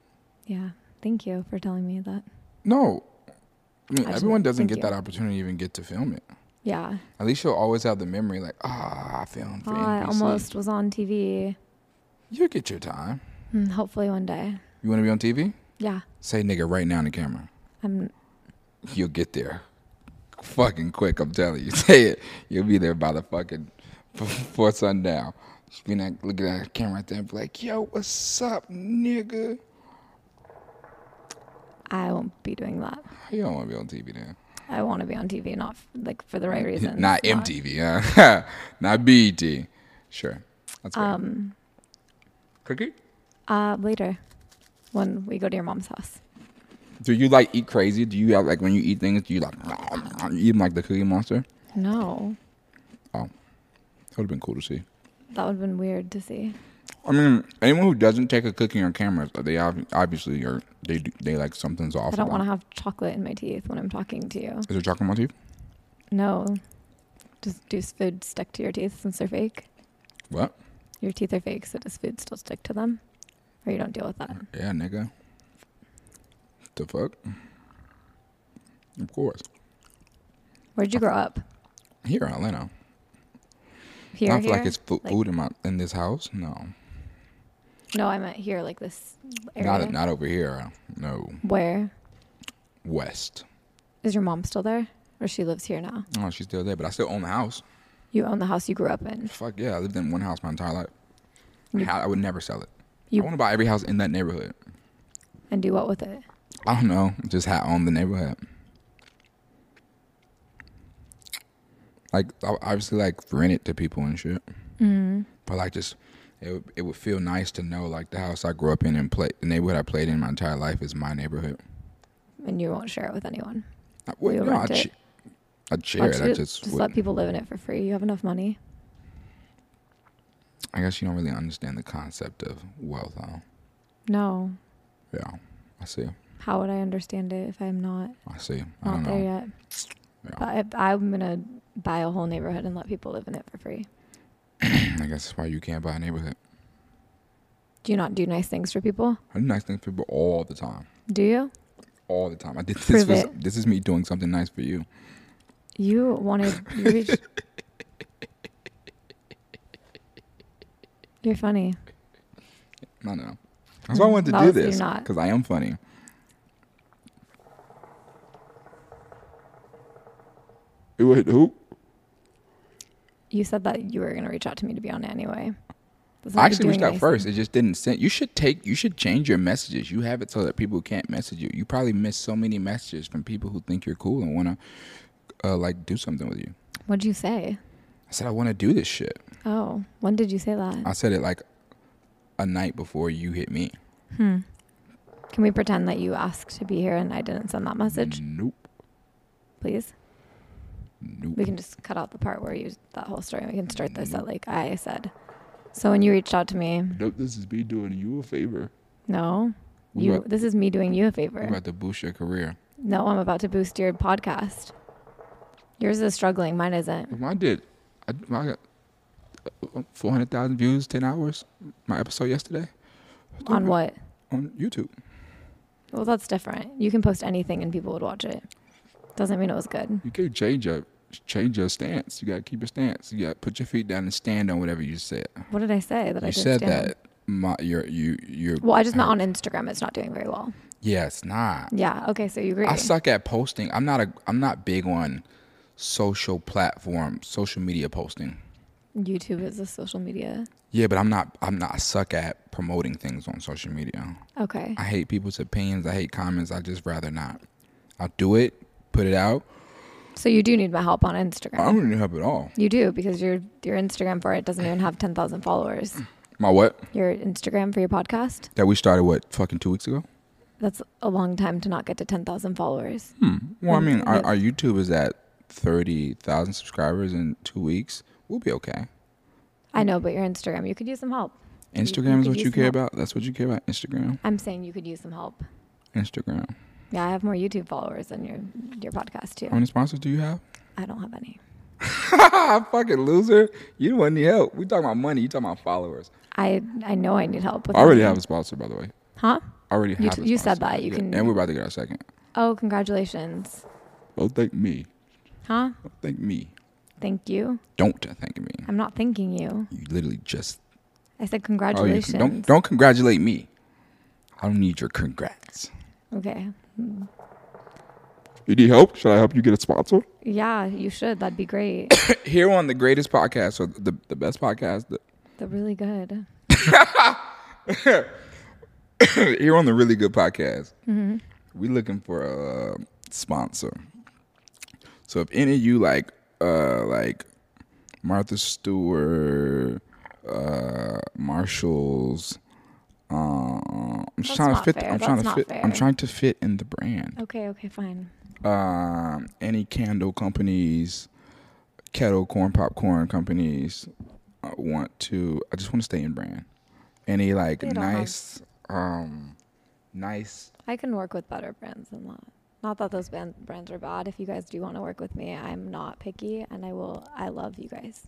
[SPEAKER 1] Yeah, thank you for telling me that.
[SPEAKER 2] No. I mean,
[SPEAKER 1] I just-
[SPEAKER 2] everyone doesn't
[SPEAKER 1] thank
[SPEAKER 2] get
[SPEAKER 1] you.
[SPEAKER 2] that opportunity to even get to film it.
[SPEAKER 1] Yeah.
[SPEAKER 2] At least you'll always have the memory, like, ah, I filmed for
[SPEAKER 1] Oh, I
[SPEAKER 2] NBC.
[SPEAKER 1] almost was on TV.
[SPEAKER 2] You'll get your time.
[SPEAKER 1] Mm, Hopefully one day.
[SPEAKER 2] You want to be on TV?
[SPEAKER 1] Yeah.
[SPEAKER 2] Say nigga right now in the camera.
[SPEAKER 1] I'm
[SPEAKER 2] You'll get there. Fucking quick, I'm telling you. Say it. You'll be there by the fucking before sundown. Just be like looking at the camera right there and be like, yo, what's up, nigga?
[SPEAKER 1] I won't be doing that.
[SPEAKER 2] You don't want to be on TV then.
[SPEAKER 1] I want to be on TV, not f- like for the right reasons.
[SPEAKER 2] Not MTV, huh? Not BET. Sure. That's good.
[SPEAKER 1] Um,
[SPEAKER 2] Cookie?
[SPEAKER 1] uh, later when we go to your mom's house.
[SPEAKER 2] Do you like eat crazy? Do you have like when you eat things? Do you like you eat 'em like the Cookie Monster?
[SPEAKER 1] No,
[SPEAKER 2] That would have been cool to see.
[SPEAKER 1] that would have been weird to see.
[SPEAKER 2] I mean, anyone who doesn't take a cookie on camera, uh, they ob- obviously are they do, they like something's off.
[SPEAKER 1] I don't
[SPEAKER 2] about
[SPEAKER 1] want
[SPEAKER 2] it.
[SPEAKER 1] to have chocolate in my teeth when I'm talking to you.
[SPEAKER 2] Is there chocolate in my teeth?
[SPEAKER 1] No, just does food stick to your teeth since they're fake?
[SPEAKER 2] What?
[SPEAKER 1] Your teeth are fake, so does food still stick to them? Or you don't deal with that?
[SPEAKER 2] Yeah, nigga. The fuck? Of course.
[SPEAKER 1] Where'd you grow up?
[SPEAKER 2] Here in Atlanta.
[SPEAKER 1] Here,
[SPEAKER 2] Not
[SPEAKER 1] here.
[SPEAKER 2] like it's food,
[SPEAKER 1] Like-
[SPEAKER 2] food in my in this house. No,
[SPEAKER 1] no, I meant here, like this area.
[SPEAKER 2] not not over here. No,
[SPEAKER 1] Where
[SPEAKER 2] west.
[SPEAKER 1] is your mom still there, or she lives here now?
[SPEAKER 2] Oh, she's still there, but I still own the house.
[SPEAKER 1] You own the house you grew up in.
[SPEAKER 2] Fuck yeah, I lived in one house my entire life.
[SPEAKER 1] You-
[SPEAKER 2] How- I would never sell it.
[SPEAKER 1] you-
[SPEAKER 2] I want to buy every house in that neighborhood.
[SPEAKER 1] and do what with it?
[SPEAKER 2] I don't know. Just had on the neighborhood. Like I- obviously, like rent it to people and shit.
[SPEAKER 1] Mm.
[SPEAKER 2] But like, just it would, it would feel nice to know like the house I grew up in and play the neighborhood I played in my entire life is my neighborhood.
[SPEAKER 1] And you won't share it with anyone.
[SPEAKER 2] I would
[SPEAKER 1] You'll
[SPEAKER 2] no,
[SPEAKER 1] rent
[SPEAKER 2] I'd,
[SPEAKER 1] it.
[SPEAKER 2] sh- I'd
[SPEAKER 1] Why
[SPEAKER 2] share it.
[SPEAKER 1] don't
[SPEAKER 2] I
[SPEAKER 1] you
[SPEAKER 2] just,
[SPEAKER 1] let
[SPEAKER 2] wouldn't.
[SPEAKER 1] people live in it for free. You have enough money.
[SPEAKER 2] I guess you don't really understand the concept of wealth. Huh?
[SPEAKER 1] No.
[SPEAKER 2] Yeah, I see.
[SPEAKER 1] How would I understand it if I'm not
[SPEAKER 2] I see. I
[SPEAKER 1] not
[SPEAKER 2] don't
[SPEAKER 1] there
[SPEAKER 2] know.
[SPEAKER 1] yet?
[SPEAKER 2] Yeah.
[SPEAKER 1] But I, I'm gonna buy a whole neighborhood and let people live in it for free.
[SPEAKER 2] I guess that's why you can't buy a neighborhood.
[SPEAKER 1] Do you not do nice things for people?
[SPEAKER 2] I do nice things for people all the time.
[SPEAKER 1] Do you?
[SPEAKER 2] All the time. I did this.
[SPEAKER 1] Prove
[SPEAKER 2] For,
[SPEAKER 1] it.
[SPEAKER 2] this is me doing something nice for you.
[SPEAKER 1] You wanted. You reached, you're funny.
[SPEAKER 2] No, no. That's why I wanted to
[SPEAKER 1] That
[SPEAKER 2] do
[SPEAKER 1] was you
[SPEAKER 2] this
[SPEAKER 1] Mm-hmm. not.
[SPEAKER 2] because I am funny. It would who?
[SPEAKER 1] You said that you were gonna reach out to me to be on it anyway. That's
[SPEAKER 2] I
[SPEAKER 1] not
[SPEAKER 2] actually
[SPEAKER 1] doing
[SPEAKER 2] reached out
[SPEAKER 1] nice
[SPEAKER 2] first.
[SPEAKER 1] thing.
[SPEAKER 2] It just didn't send. You should take. You should change your messages. You have it so that people can't message you. You probably miss so many messages from people who think you're cool and want to, uh, like, do something with you.
[SPEAKER 1] What'd you say?
[SPEAKER 2] I said I want to do this shit.
[SPEAKER 1] Oh, when did you say that?
[SPEAKER 2] I said it like a night before you hit me.
[SPEAKER 1] Hmm. Can we pretend that you asked to be here and I didn't send that message,
[SPEAKER 2] Nope.
[SPEAKER 1] please?
[SPEAKER 2] Nope.
[SPEAKER 1] We can just cut out the part where you that whole story. We can start this at like I said. So when you reached out to me,
[SPEAKER 2] Nope. This is me doing you a favor.
[SPEAKER 1] no,
[SPEAKER 2] We
[SPEAKER 1] you.
[SPEAKER 2] about-
[SPEAKER 1] This is me doing you a
[SPEAKER 2] You're
[SPEAKER 1] favor.
[SPEAKER 2] about to boost your career.
[SPEAKER 1] No, I'm about to boost your podcast. Yours is struggling. Mine isn't.
[SPEAKER 2] Mine did. I, I got uh, four hundred thousand views, ten hours. My episode yesterday
[SPEAKER 1] On what?
[SPEAKER 2] on YouTube.
[SPEAKER 1] Well, that's different. You can post anything and people would watch it. Doesn't mean it was good.
[SPEAKER 2] You can't change your change your stance. You gotta keep your stance. You gotta put your feet down and stand on whatever you said.
[SPEAKER 1] What did I say that I
[SPEAKER 2] you
[SPEAKER 1] didn't
[SPEAKER 2] said
[SPEAKER 1] stand on?
[SPEAKER 2] that my your you your
[SPEAKER 1] Well, I just meant on Instagram. It's not doing very well.
[SPEAKER 2] Yeah, it's not.
[SPEAKER 1] Yeah. Okay. So you agree.
[SPEAKER 2] I suck at posting. I'm not a I'm not big on social platform, social media posting.
[SPEAKER 1] YouTube is a social media.
[SPEAKER 2] Yeah, but I'm not I'm not I suck at promoting things on social media.
[SPEAKER 1] Okay.
[SPEAKER 2] I hate people's opinions. I hate comments. I just rather not. I'll do it, put it out.
[SPEAKER 1] So you do need my help on Instagram.
[SPEAKER 2] I don't need help at all.
[SPEAKER 1] You do because your your Instagram for it doesn't even have ten thousand followers.
[SPEAKER 2] My what?
[SPEAKER 1] Your Instagram for your podcast
[SPEAKER 2] That we started what fucking two weeks ago?
[SPEAKER 1] that's a long time to not get to ten thousand followers.
[SPEAKER 2] Hmm. Well, I
[SPEAKER 1] Mm,
[SPEAKER 2] mean, our,
[SPEAKER 1] yeah.
[SPEAKER 2] our YouTube is at thirty thousand subscribers in two weeks. We'll be okay.
[SPEAKER 1] I know, but your Instagram you could use some help.
[SPEAKER 2] Instagram is
[SPEAKER 1] could
[SPEAKER 2] what you
[SPEAKER 1] use
[SPEAKER 2] care
[SPEAKER 1] help.
[SPEAKER 2] about. That's what you care about. Instagram.
[SPEAKER 1] I'm saying you could use some help.
[SPEAKER 2] Instagram.
[SPEAKER 1] Yeah, I have more YouTube followers than your your podcast
[SPEAKER 2] How
[SPEAKER 1] too.
[SPEAKER 2] many sponsors do you have? Ah,
[SPEAKER 1] I don't have any.
[SPEAKER 2] fucking loser. You don't want any help. We talking about money. You talking about followers.
[SPEAKER 1] I I know I need help. With
[SPEAKER 2] I already
[SPEAKER 1] that.
[SPEAKER 2] have a sponsor, by the way.
[SPEAKER 1] Huh?
[SPEAKER 2] I already have.
[SPEAKER 1] You
[SPEAKER 2] a
[SPEAKER 1] t- you said
[SPEAKER 2] sponsor.
[SPEAKER 1] that. You
[SPEAKER 2] Yeah,
[SPEAKER 1] can-
[SPEAKER 2] And we're about to get our second.
[SPEAKER 1] Oh, congratulations.
[SPEAKER 2] Don't thank me.
[SPEAKER 1] Huh?
[SPEAKER 2] Don't thank me.
[SPEAKER 1] Thank you.
[SPEAKER 2] Don't thank me.
[SPEAKER 1] I'm not thanking you.
[SPEAKER 2] You literally just.
[SPEAKER 1] I said
[SPEAKER 2] Oh, you,
[SPEAKER 1] congratulations.
[SPEAKER 2] don't don't congratulate me. I don't need your congrats.
[SPEAKER 1] Okay.
[SPEAKER 2] You need help? Should I help you get a sponsor?
[SPEAKER 1] Yeah, you should. That'd be great.
[SPEAKER 2] Here on the greatest podcast, or the the best podcast, the,
[SPEAKER 1] They're really good.
[SPEAKER 2] here on the really good podcast,
[SPEAKER 1] Mm-hmm.
[SPEAKER 2] we looking for a uh, sponsor. So if any of you like uh like Martha Stewart, uh Marshalls, uh, I'm
[SPEAKER 1] That's
[SPEAKER 2] just trying to
[SPEAKER 1] not
[SPEAKER 2] fit.
[SPEAKER 1] fair.
[SPEAKER 2] I'm
[SPEAKER 1] That's
[SPEAKER 2] trying to
[SPEAKER 1] not
[SPEAKER 2] fit. I'm
[SPEAKER 1] fair.
[SPEAKER 2] trying to fit in the brand.
[SPEAKER 1] Okay, okay, fine.
[SPEAKER 2] Um, any candle companies, kettle corn popcorn companies uh, want to. I just want to stay in brand. Any like
[SPEAKER 1] They don't have-
[SPEAKER 2] nice, um, nice
[SPEAKER 1] I can work with better brands than that. Not that those ban- brands are bad. If you guys do want to work with me, I'm not picky, and I will. I love you guys.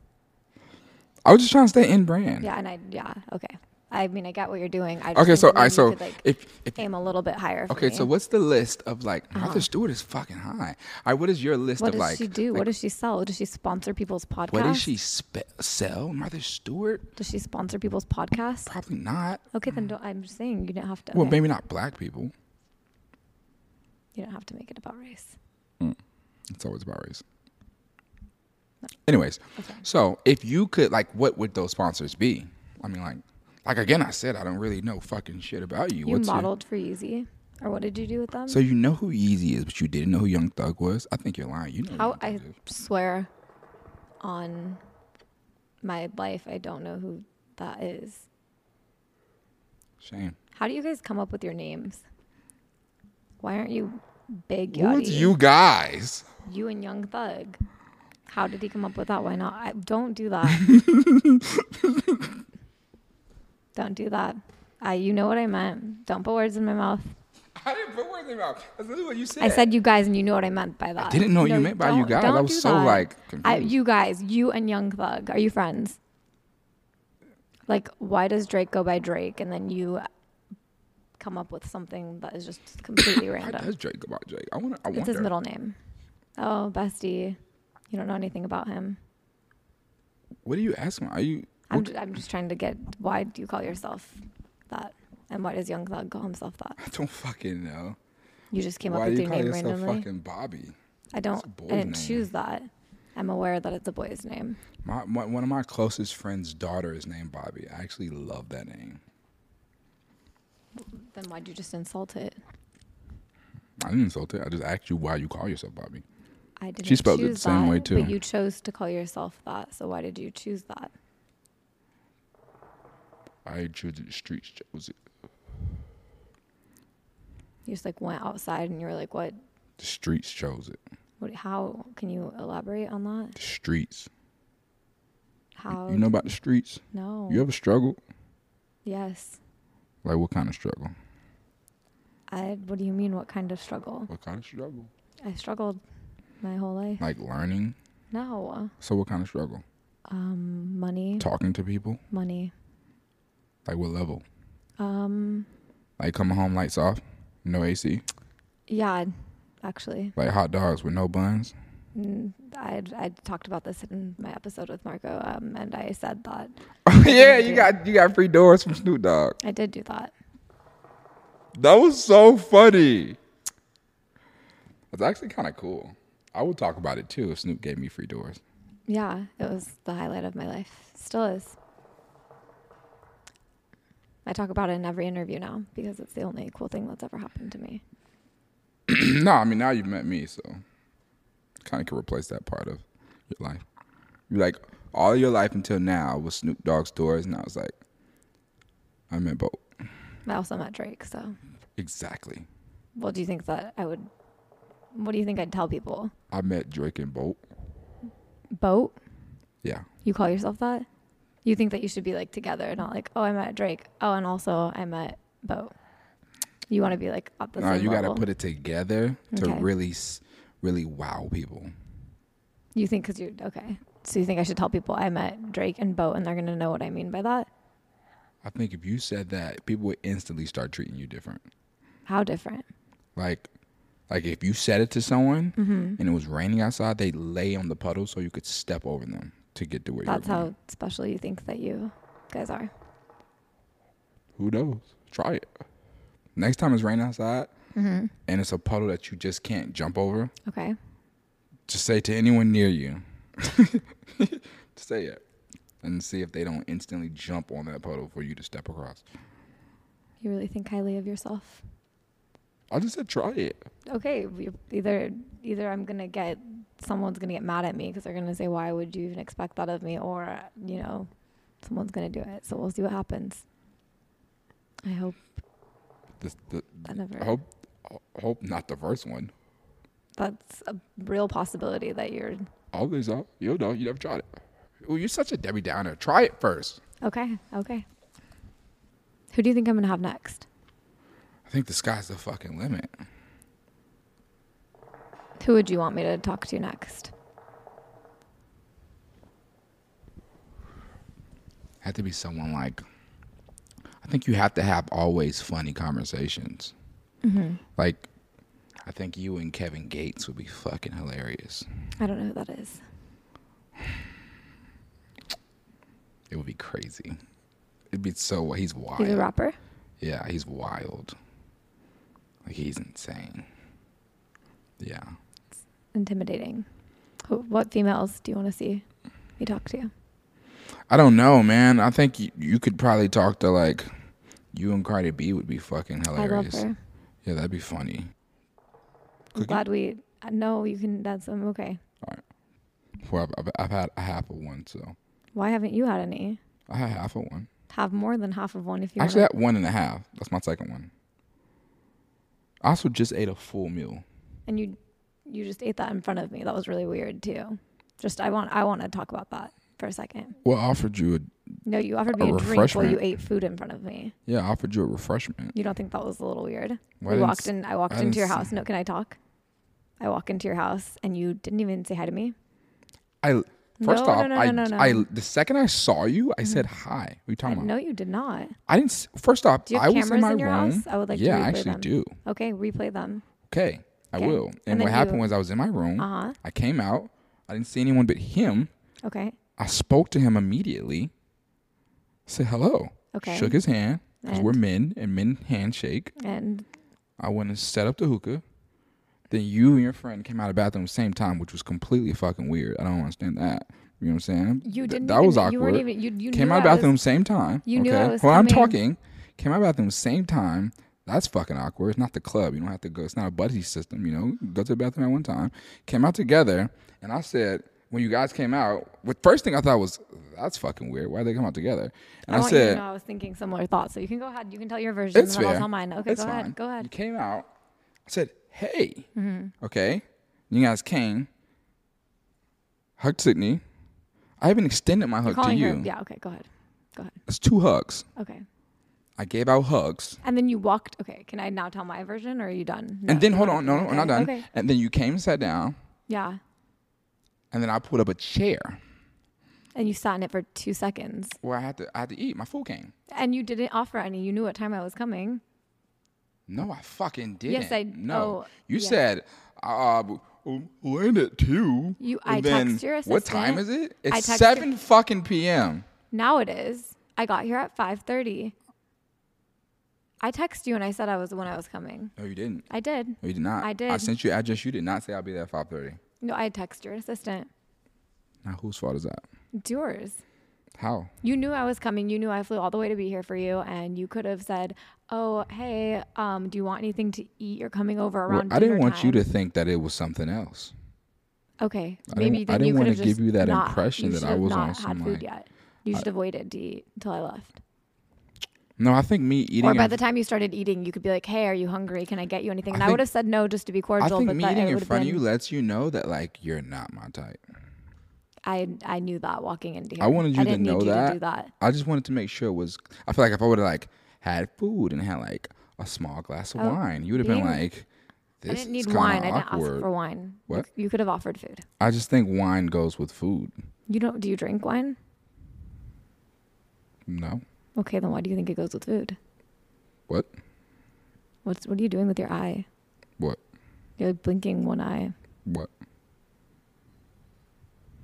[SPEAKER 2] I was just trying to stay in brand.
[SPEAKER 1] Yeah, and I. Yeah, okay. I mean, I get what you're doing. I just
[SPEAKER 2] Okay,
[SPEAKER 1] think
[SPEAKER 2] so
[SPEAKER 1] maybe
[SPEAKER 2] I
[SPEAKER 1] you
[SPEAKER 2] so
[SPEAKER 1] could, like,
[SPEAKER 2] if if
[SPEAKER 1] aim a little bit higher. For
[SPEAKER 2] okay, so
[SPEAKER 1] me.
[SPEAKER 2] what's the list of like Martha Stewart is fucking high. All right, what is your list
[SPEAKER 1] Uh-huh. what
[SPEAKER 2] of
[SPEAKER 1] does
[SPEAKER 2] like
[SPEAKER 1] she do?
[SPEAKER 2] like,
[SPEAKER 1] what does she sell? Does she sponsor people's podcasts?
[SPEAKER 2] what does she spe- sell? Martha Stewart?
[SPEAKER 1] Does she sponsor people's podcasts?
[SPEAKER 2] Probably not.
[SPEAKER 1] Okay, then don't, I'm just saying you don't have to.
[SPEAKER 2] Well,
[SPEAKER 1] okay.
[SPEAKER 2] maybe not black people.
[SPEAKER 1] You don't have to make it about race.
[SPEAKER 2] It's always about race. Anyways,
[SPEAKER 1] Okay.
[SPEAKER 2] so if you could like, what would those sponsors be? I mean, like, like again, I said I don't really know fucking shit about you.
[SPEAKER 1] You
[SPEAKER 2] What's your-
[SPEAKER 1] modeled for Yeezy, or what did you do with them?
[SPEAKER 2] so you know who Yeezy is, but you didn't know who Young Thug was. I think you're lying. You know. who
[SPEAKER 1] How
[SPEAKER 2] Young Thug
[SPEAKER 1] I
[SPEAKER 2] is.
[SPEAKER 1] swear on my life, I don't know who that is.
[SPEAKER 2] Shame.
[SPEAKER 1] How do you guys come up with your names? Why aren't you Big
[SPEAKER 2] Who's
[SPEAKER 1] Yachty?
[SPEAKER 2] you guys?
[SPEAKER 1] You and Young Thug. How did he come up with that? Why not? I, don't do that. don't do that. I, you know what I meant. Don't put words in my mouth.
[SPEAKER 2] I didn't put words in your mouth. That's literally what you said.
[SPEAKER 1] I said you guys, and you know what I meant by that.
[SPEAKER 2] didn't know what you meant by you
[SPEAKER 1] don't-
[SPEAKER 2] guys. I
[SPEAKER 1] don't
[SPEAKER 2] was
[SPEAKER 1] do
[SPEAKER 2] so,
[SPEAKER 1] that.
[SPEAKER 2] like,
[SPEAKER 1] I,
[SPEAKER 2] confused.
[SPEAKER 1] you guys, you and Young Thug, are you friends? Like, why does Drake go by Drake, and then you come up with something that is just completely
[SPEAKER 2] Why
[SPEAKER 1] random?
[SPEAKER 2] does Drake go by Drake? I want. I
[SPEAKER 1] It's his
[SPEAKER 2] wonder.
[SPEAKER 1] middle name. Oh, bestie, you don't know anything about him.
[SPEAKER 2] What are you asking? Are you?
[SPEAKER 1] I'm, ju- I'm just trying to get why do you call yourself that, and why does Young Thug call himself that?
[SPEAKER 2] I don't fucking know.
[SPEAKER 1] You just came
[SPEAKER 2] Why
[SPEAKER 1] up
[SPEAKER 2] do
[SPEAKER 1] with
[SPEAKER 2] you
[SPEAKER 1] your
[SPEAKER 2] call
[SPEAKER 1] name
[SPEAKER 2] yourself
[SPEAKER 1] randomly.
[SPEAKER 2] fucking Bobby?
[SPEAKER 1] I don't.
[SPEAKER 2] a
[SPEAKER 1] I
[SPEAKER 2] boy's
[SPEAKER 1] didn't
[SPEAKER 2] name.
[SPEAKER 1] choose that. I'm aware that it's a boy's name.
[SPEAKER 2] My, my one of my closest friends' daughter is named Bobby. I actually love that name.
[SPEAKER 1] Then why'd you just insult it?
[SPEAKER 2] I didn't insult it. I just asked you why you call yourself Bobby.
[SPEAKER 1] I didn't.
[SPEAKER 2] spelled it the
[SPEAKER 1] choose
[SPEAKER 2] same
[SPEAKER 1] that,
[SPEAKER 2] way, too.
[SPEAKER 1] But you chose to call yourself that. So why did you choose that?
[SPEAKER 2] I chose the streets. Was it
[SPEAKER 1] You just like went outside and you were like, what?
[SPEAKER 2] the streets chose it?
[SPEAKER 1] what how can you elaborate on that?
[SPEAKER 2] The streets.
[SPEAKER 1] How?
[SPEAKER 2] You know about the streets?
[SPEAKER 1] no.
[SPEAKER 2] You ever struggled?
[SPEAKER 1] Yes.
[SPEAKER 2] Like what kind of struggle?
[SPEAKER 1] I. What do you mean? What kind of struggle?
[SPEAKER 2] What kind of struggle?
[SPEAKER 1] I struggled my whole life.
[SPEAKER 2] Like learning.
[SPEAKER 1] No.
[SPEAKER 2] So what kind of struggle?
[SPEAKER 1] Um. Money.
[SPEAKER 2] Talking to people.
[SPEAKER 1] Money.
[SPEAKER 2] Like what level?
[SPEAKER 1] Um.
[SPEAKER 2] Like coming home lights off, no AC.
[SPEAKER 1] Yeah. Actually,
[SPEAKER 2] Like hot dogs with no buns.
[SPEAKER 1] Mm, I I talked about this in my episode with Marco, um, and I said that
[SPEAKER 2] yeah,
[SPEAKER 1] do
[SPEAKER 2] you
[SPEAKER 1] it.
[SPEAKER 2] got you got free doors from Snoop Dogg.
[SPEAKER 1] I did do that.
[SPEAKER 2] That was so funny. It's actually kind of cool. I would talk about it too if Snoop gave me free doors.
[SPEAKER 1] Yeah, it was the highlight of my life. Still is. I talk about it in every interview now because it's the only cool thing that's ever happened to me.
[SPEAKER 2] no, I mean now you've met me, so kind of can replace that part of your life. You like all your life until now was Snoop Dogg's doors, and I was like, I meant both.
[SPEAKER 1] I also met Drake, so
[SPEAKER 2] Exactly.
[SPEAKER 1] what do you think that I would? What do you think I'd tell people?
[SPEAKER 2] I met Drake and Bolt.
[SPEAKER 1] Boat?
[SPEAKER 2] Yeah.
[SPEAKER 1] You call yourself that? You think that you should be like together, not like oh I met Drake. Oh, and also I met Boat. You want to be like up the
[SPEAKER 2] No,
[SPEAKER 1] same
[SPEAKER 2] you got to
[SPEAKER 1] level.
[SPEAKER 2] put it together to
[SPEAKER 1] Okay.
[SPEAKER 2] really, s- really wow people.
[SPEAKER 1] You think because you're okay. So you think I should tell people I met Drake and Boat, and they're gonna know what I mean by that?
[SPEAKER 2] I think if you said that, people would instantly start treating you different.
[SPEAKER 1] How different?
[SPEAKER 2] Like, Like if you said it to someone
[SPEAKER 1] Mm-hmm.
[SPEAKER 2] and it was raining outside, they lay on the puddle so you could step over them to get to where
[SPEAKER 1] That's
[SPEAKER 2] you're
[SPEAKER 1] how
[SPEAKER 2] going.
[SPEAKER 1] special you think that you guys are.
[SPEAKER 2] Who knows? Try it. Next time it's raining outside and it's a puddle that you just can't jump over,
[SPEAKER 1] Okay.
[SPEAKER 2] just say to anyone near you, just say it, and see if they don't instantly jump on that puddle for you to step across.
[SPEAKER 1] You really think highly of yourself.
[SPEAKER 2] I just said try it.
[SPEAKER 1] Okay, we- either either I'm gonna get someone's gonna get mad at me because they're gonna say why would you even expect that of me, or you know, someone's gonna do it. So we'll see what happens. I hope
[SPEAKER 2] This, the,
[SPEAKER 1] that never.
[SPEAKER 2] I hope, I hope not the first one.
[SPEAKER 1] That's a real possibility that you're
[SPEAKER 2] All these are you uh, know you never tried it. Well, you're such a Debbie Downer. Try it first.
[SPEAKER 1] okay. Okay. Who do you think I'm gonna have next?
[SPEAKER 2] I think the sky's the fucking limit.
[SPEAKER 1] Who would you want me to talk to next?
[SPEAKER 2] Had to be someone like. I think you have to have always funny conversations. Like, I think you and Kevin Gates would be fucking hilarious.
[SPEAKER 1] I don't know who that is.
[SPEAKER 2] It would be crazy. It'd be so. He's wild.
[SPEAKER 1] He's a rapper.
[SPEAKER 2] Yeah, he's wild. Like he's insane. Yeah.
[SPEAKER 1] Intimidating. Who, what females do you want to see me talk to?
[SPEAKER 2] I don't know, man. I think you, you could probably talk to like you and Cardi B would be fucking hilarious.
[SPEAKER 1] I love her.
[SPEAKER 2] Yeah, that'd be funny.
[SPEAKER 1] I'm
[SPEAKER 2] Cookie?
[SPEAKER 1] glad we. uh, No, you can. That's I'm okay.
[SPEAKER 2] Well, I've, I've, I've had a half of one, so
[SPEAKER 1] Why haven't you had any?
[SPEAKER 2] I had half of one.
[SPEAKER 1] Have more than half of one if you
[SPEAKER 2] Actually,
[SPEAKER 1] want.
[SPEAKER 2] I had one and a half. That's my second one. I also just ate a full meal.
[SPEAKER 1] And you, you just ate that in front of me. That was really weird too. Just I want I want to talk about that for a second.
[SPEAKER 2] Well, I offered you a
[SPEAKER 1] No, you offered
[SPEAKER 2] A
[SPEAKER 1] me a, drink while
[SPEAKER 2] refreshment.
[SPEAKER 1] you ate food in front of me.
[SPEAKER 2] yeah, I offered you a refreshment.
[SPEAKER 1] You don't think that was a little weird? we
[SPEAKER 2] Why didn't
[SPEAKER 1] walked
[SPEAKER 2] s-
[SPEAKER 1] in. I walked
[SPEAKER 2] I
[SPEAKER 1] into your
[SPEAKER 2] didn't
[SPEAKER 1] house. No, can I talk? I walk into your house and you didn't even say hi to me.
[SPEAKER 2] I first
[SPEAKER 1] No,
[SPEAKER 2] off,
[SPEAKER 1] no, no,
[SPEAKER 2] I,
[SPEAKER 1] no, no, no.
[SPEAKER 2] I the second I saw you, I said hi. What are you
[SPEAKER 1] I,
[SPEAKER 2] talking about?
[SPEAKER 1] no, you did not.
[SPEAKER 2] I didn't. s- First off,
[SPEAKER 1] Do you
[SPEAKER 2] I
[SPEAKER 1] have
[SPEAKER 2] was in
[SPEAKER 1] cameras
[SPEAKER 2] my
[SPEAKER 1] in your
[SPEAKER 2] room.
[SPEAKER 1] house? I would like to
[SPEAKER 2] yeah, I
[SPEAKER 1] replay
[SPEAKER 2] actually
[SPEAKER 1] them.
[SPEAKER 2] do.
[SPEAKER 1] Okay, replay them.
[SPEAKER 2] Okay, I
[SPEAKER 1] Okay.
[SPEAKER 2] will.
[SPEAKER 1] And
[SPEAKER 2] And,
[SPEAKER 1] then
[SPEAKER 2] what happened
[SPEAKER 1] you-
[SPEAKER 2] was I was in my room.
[SPEAKER 1] Uh huh.
[SPEAKER 2] I came out. I didn't see anyone but him.
[SPEAKER 1] Okay.
[SPEAKER 2] I spoke to him immediately. Said hello.
[SPEAKER 1] Okay.
[SPEAKER 2] Shook his hand because
[SPEAKER 1] And?
[SPEAKER 2] we're men and men handshake.
[SPEAKER 1] And
[SPEAKER 2] I went and set up the hookah. Then you and your friend came out of the bathroom at the same time, which was completely fucking weird. I don't understand that. You know what I'm saying?
[SPEAKER 1] you
[SPEAKER 2] Th-
[SPEAKER 1] didn't.
[SPEAKER 2] that
[SPEAKER 1] even,
[SPEAKER 2] was awkward.
[SPEAKER 1] You weren't even. You, you
[SPEAKER 2] came
[SPEAKER 1] knew
[SPEAKER 2] out of
[SPEAKER 1] I was-
[SPEAKER 2] bathroom same time.
[SPEAKER 1] You
[SPEAKER 2] okay.
[SPEAKER 1] knew I was
[SPEAKER 2] Well, I'm
[SPEAKER 1] coming.
[SPEAKER 2] talking. Came out of bathroom same time. That's fucking awkward. It's not the club. You don't have to go. It's not a buddy system. You know, go to the bathroom at one time. Came out together, and I said, when you guys came out, the first thing I thought was, that's fucking weird. Why did they come out together? And
[SPEAKER 1] I,
[SPEAKER 2] I,
[SPEAKER 1] want you
[SPEAKER 2] said,
[SPEAKER 1] to know I was thinking similar thoughts. So you can go ahead. You can tell your version.
[SPEAKER 2] it's
[SPEAKER 1] and then
[SPEAKER 2] fair.
[SPEAKER 1] I'll tell mine. Okay,
[SPEAKER 2] It's
[SPEAKER 1] go
[SPEAKER 2] fine.
[SPEAKER 1] ahead. Go
[SPEAKER 2] You
[SPEAKER 1] ahead. Mm-hmm.
[SPEAKER 2] came out. I said, hey, okay. You guys came. Hugged Sydney. I even extended my hug to
[SPEAKER 1] Calling
[SPEAKER 2] you.
[SPEAKER 1] her. Yeah. Okay. Go ahead. Go ahead.
[SPEAKER 2] It's two hugs.
[SPEAKER 1] Okay.
[SPEAKER 2] I gave out hugs.
[SPEAKER 1] And then you walked. Okay. Can I now tell my version, or are you done? No,
[SPEAKER 2] And then
[SPEAKER 1] you
[SPEAKER 2] hold
[SPEAKER 1] wanna-
[SPEAKER 2] on, no, no, we're not done.
[SPEAKER 1] Okay.
[SPEAKER 2] And then you came and sat down,
[SPEAKER 1] Yeah.
[SPEAKER 2] and then I pulled up a chair
[SPEAKER 1] And you sat in it for two seconds,
[SPEAKER 2] where I had to I had to eat. My food came.
[SPEAKER 1] and you didn't offer any. You knew what time I was coming.
[SPEAKER 2] No, I fucking didn't.
[SPEAKER 1] Yes, I-
[SPEAKER 2] no.
[SPEAKER 1] oh,
[SPEAKER 2] you
[SPEAKER 1] yeah.
[SPEAKER 2] said uh, w- land at two.
[SPEAKER 1] You-
[SPEAKER 2] and
[SPEAKER 1] I
[SPEAKER 2] then,
[SPEAKER 1] text your
[SPEAKER 2] What time is
[SPEAKER 1] assistant.
[SPEAKER 2] it?
[SPEAKER 1] I
[SPEAKER 2] It's
[SPEAKER 1] text your-
[SPEAKER 2] seven fucking p.m.
[SPEAKER 1] Now it is. I got here at five thirty. I text you and I said I was when I was coming.
[SPEAKER 2] No, you didn't.
[SPEAKER 1] I did.
[SPEAKER 2] No, you did not.
[SPEAKER 1] I
[SPEAKER 2] I
[SPEAKER 1] did.
[SPEAKER 2] sent you address. You did not say I'll be there at five thirty.
[SPEAKER 1] No, I text your assistant.
[SPEAKER 2] Now whose fault is that?
[SPEAKER 1] It's yours.
[SPEAKER 2] How?
[SPEAKER 1] You knew I was coming. You knew I flew all the way to be here for you, and you could have said, "Oh, hey, um, do you want anything to eat? You're coming over
[SPEAKER 2] Well,
[SPEAKER 1] around."
[SPEAKER 2] I didn't
[SPEAKER 1] dinner
[SPEAKER 2] want you
[SPEAKER 1] time."
[SPEAKER 2] to think that it was something else.
[SPEAKER 1] Okay,
[SPEAKER 2] I
[SPEAKER 1] maybe
[SPEAKER 2] didn't- I
[SPEAKER 1] then you
[SPEAKER 2] didn't
[SPEAKER 1] could
[SPEAKER 2] wanna
[SPEAKER 1] have
[SPEAKER 2] give
[SPEAKER 1] just
[SPEAKER 2] you that
[SPEAKER 1] not-
[SPEAKER 2] impression
[SPEAKER 1] you
[SPEAKER 2] that
[SPEAKER 1] should
[SPEAKER 2] I
[SPEAKER 1] have
[SPEAKER 2] was on
[SPEAKER 1] not
[SPEAKER 2] some,
[SPEAKER 1] had food
[SPEAKER 2] like-
[SPEAKER 1] yet. You should have waited to eat until I left.
[SPEAKER 2] No, I think me eating.
[SPEAKER 1] Or by
[SPEAKER 2] in-
[SPEAKER 1] the time you started eating, you could be like, "Hey, are you hungry? Can I get you anything?" And I,
[SPEAKER 2] think-
[SPEAKER 1] would have said no just to be
[SPEAKER 2] I
[SPEAKER 1] cordial,
[SPEAKER 2] think
[SPEAKER 1] but
[SPEAKER 2] me
[SPEAKER 1] that
[SPEAKER 2] eating
[SPEAKER 1] it
[SPEAKER 2] in
[SPEAKER 1] would have
[SPEAKER 2] front
[SPEAKER 1] been.
[SPEAKER 2] of you lets you know that like you're not my type.
[SPEAKER 1] I I knew that walking into here.
[SPEAKER 2] I wanted you to
[SPEAKER 1] didn't need
[SPEAKER 2] know
[SPEAKER 1] you
[SPEAKER 2] that.
[SPEAKER 1] To do that.
[SPEAKER 2] I just wanted to make sure it was. I feel like if I would have like had food and had like a small glass of
[SPEAKER 1] Oh,
[SPEAKER 2] wine, you would have
[SPEAKER 1] you
[SPEAKER 2] been
[SPEAKER 1] didn't-
[SPEAKER 2] like, "This
[SPEAKER 1] I didn't
[SPEAKER 2] is
[SPEAKER 1] need
[SPEAKER 2] kinda
[SPEAKER 1] wine. I didn't
[SPEAKER 2] awkward."
[SPEAKER 1] ask for wine. You-
[SPEAKER 2] What?
[SPEAKER 1] You could have offered food.
[SPEAKER 2] I just think wine goes with food.
[SPEAKER 1] You don't? Do you drink wine?
[SPEAKER 2] No,
[SPEAKER 1] Okay, then why do you think it goes with food?
[SPEAKER 2] what?
[SPEAKER 1] What's what are you doing with your eye?
[SPEAKER 2] What?
[SPEAKER 1] You're blinking one eye.
[SPEAKER 2] What?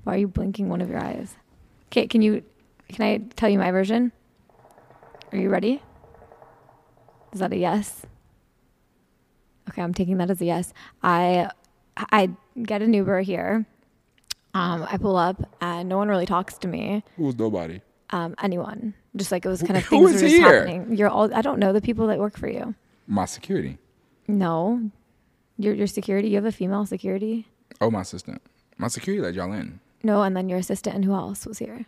[SPEAKER 1] Why are you blinking one of your eyes? Okay, can you can I tell you my version? Are you ready? Is that a yes? Okay, I'm taking that as a yes. I I get an Uber here. Um, I pull up and no one really talks to me.
[SPEAKER 2] Who's nobody?
[SPEAKER 1] Um, anyone. Just like it was
[SPEAKER 2] Who-
[SPEAKER 1] kind of
[SPEAKER 2] who
[SPEAKER 1] things were
[SPEAKER 2] is
[SPEAKER 1] just
[SPEAKER 2] here?
[SPEAKER 1] happening. You're all I don't know the people that work for you.
[SPEAKER 2] My security.
[SPEAKER 1] No. Your your security, you have a female security?
[SPEAKER 2] Oh, my assistant. My security let y'all in.
[SPEAKER 1] No, and then your assistant and who else was here?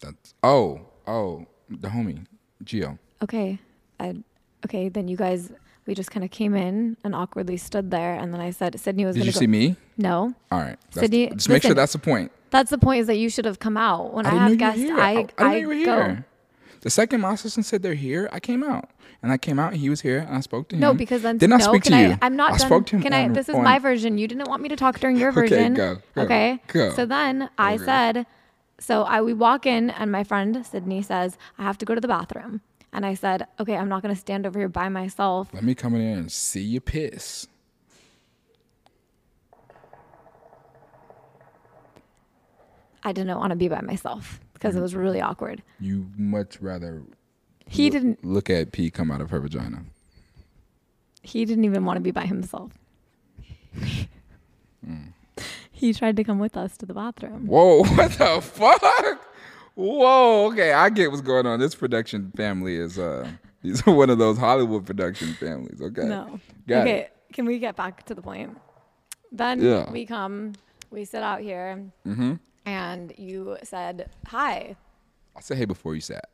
[SPEAKER 2] That's oh oh the homie Geo.
[SPEAKER 1] okay, I, okay, then you guys, we just kind of came in and awkwardly stood there, and then I said, Sydney was
[SPEAKER 2] Did
[SPEAKER 1] going
[SPEAKER 2] you
[SPEAKER 1] to go.
[SPEAKER 2] see me?
[SPEAKER 1] no,
[SPEAKER 2] All right. That's
[SPEAKER 1] Sydney,
[SPEAKER 2] just make sure
[SPEAKER 1] listen.
[SPEAKER 2] that's the point.
[SPEAKER 1] that's the point is that you should have come out when I,
[SPEAKER 2] didn't
[SPEAKER 1] have
[SPEAKER 2] know
[SPEAKER 1] guests.
[SPEAKER 2] you were here.
[SPEAKER 1] I,
[SPEAKER 2] I,
[SPEAKER 1] I,
[SPEAKER 2] didn't know you were
[SPEAKER 1] go.
[SPEAKER 2] here. The second my assistant said they're here, I came out. And I came out and he was here and I spoke to him.
[SPEAKER 1] No, because then
[SPEAKER 2] Mm-hmm. Didn't I
[SPEAKER 1] no,
[SPEAKER 2] speak
[SPEAKER 1] can
[SPEAKER 2] to
[SPEAKER 1] I,
[SPEAKER 2] you?
[SPEAKER 1] I'm not
[SPEAKER 2] I
[SPEAKER 1] done.
[SPEAKER 2] spoke to him
[SPEAKER 1] Can I?
[SPEAKER 2] on-
[SPEAKER 1] This is
[SPEAKER 2] on-
[SPEAKER 1] my version. You didn't want me to talk during your
[SPEAKER 2] Okay,
[SPEAKER 1] version.
[SPEAKER 2] go, go,
[SPEAKER 1] okay.
[SPEAKER 2] go.
[SPEAKER 1] So then I
[SPEAKER 2] Okay.
[SPEAKER 1] said, so I we walk in and my friend Sydney says I have to go to the bathroom, and I said, okay, I'm not going to stand over here by myself.
[SPEAKER 2] Let me come in here and see you piss.
[SPEAKER 1] I didn't want to be by myself because
[SPEAKER 2] Mm-hmm.
[SPEAKER 1] it was really awkward.
[SPEAKER 2] You much rather
[SPEAKER 1] He
[SPEAKER 2] loo-
[SPEAKER 1] didn't.
[SPEAKER 2] look at pee come out of her vagina.
[SPEAKER 1] he didn't even want to be by himself.
[SPEAKER 2] Mm.
[SPEAKER 1] He tried to come with us to the bathroom.
[SPEAKER 2] Whoa, what the fuck? Whoa, okay, I get what's going on. This production family is uh these are one of those Hollywood production families, okay?
[SPEAKER 1] No.
[SPEAKER 2] Got
[SPEAKER 1] okay,
[SPEAKER 2] it.
[SPEAKER 1] can we get back to the point? Then
[SPEAKER 2] Yeah. Mm-hmm.
[SPEAKER 1] we come, we sit out here, and you said hi,
[SPEAKER 2] I said hey before you sat.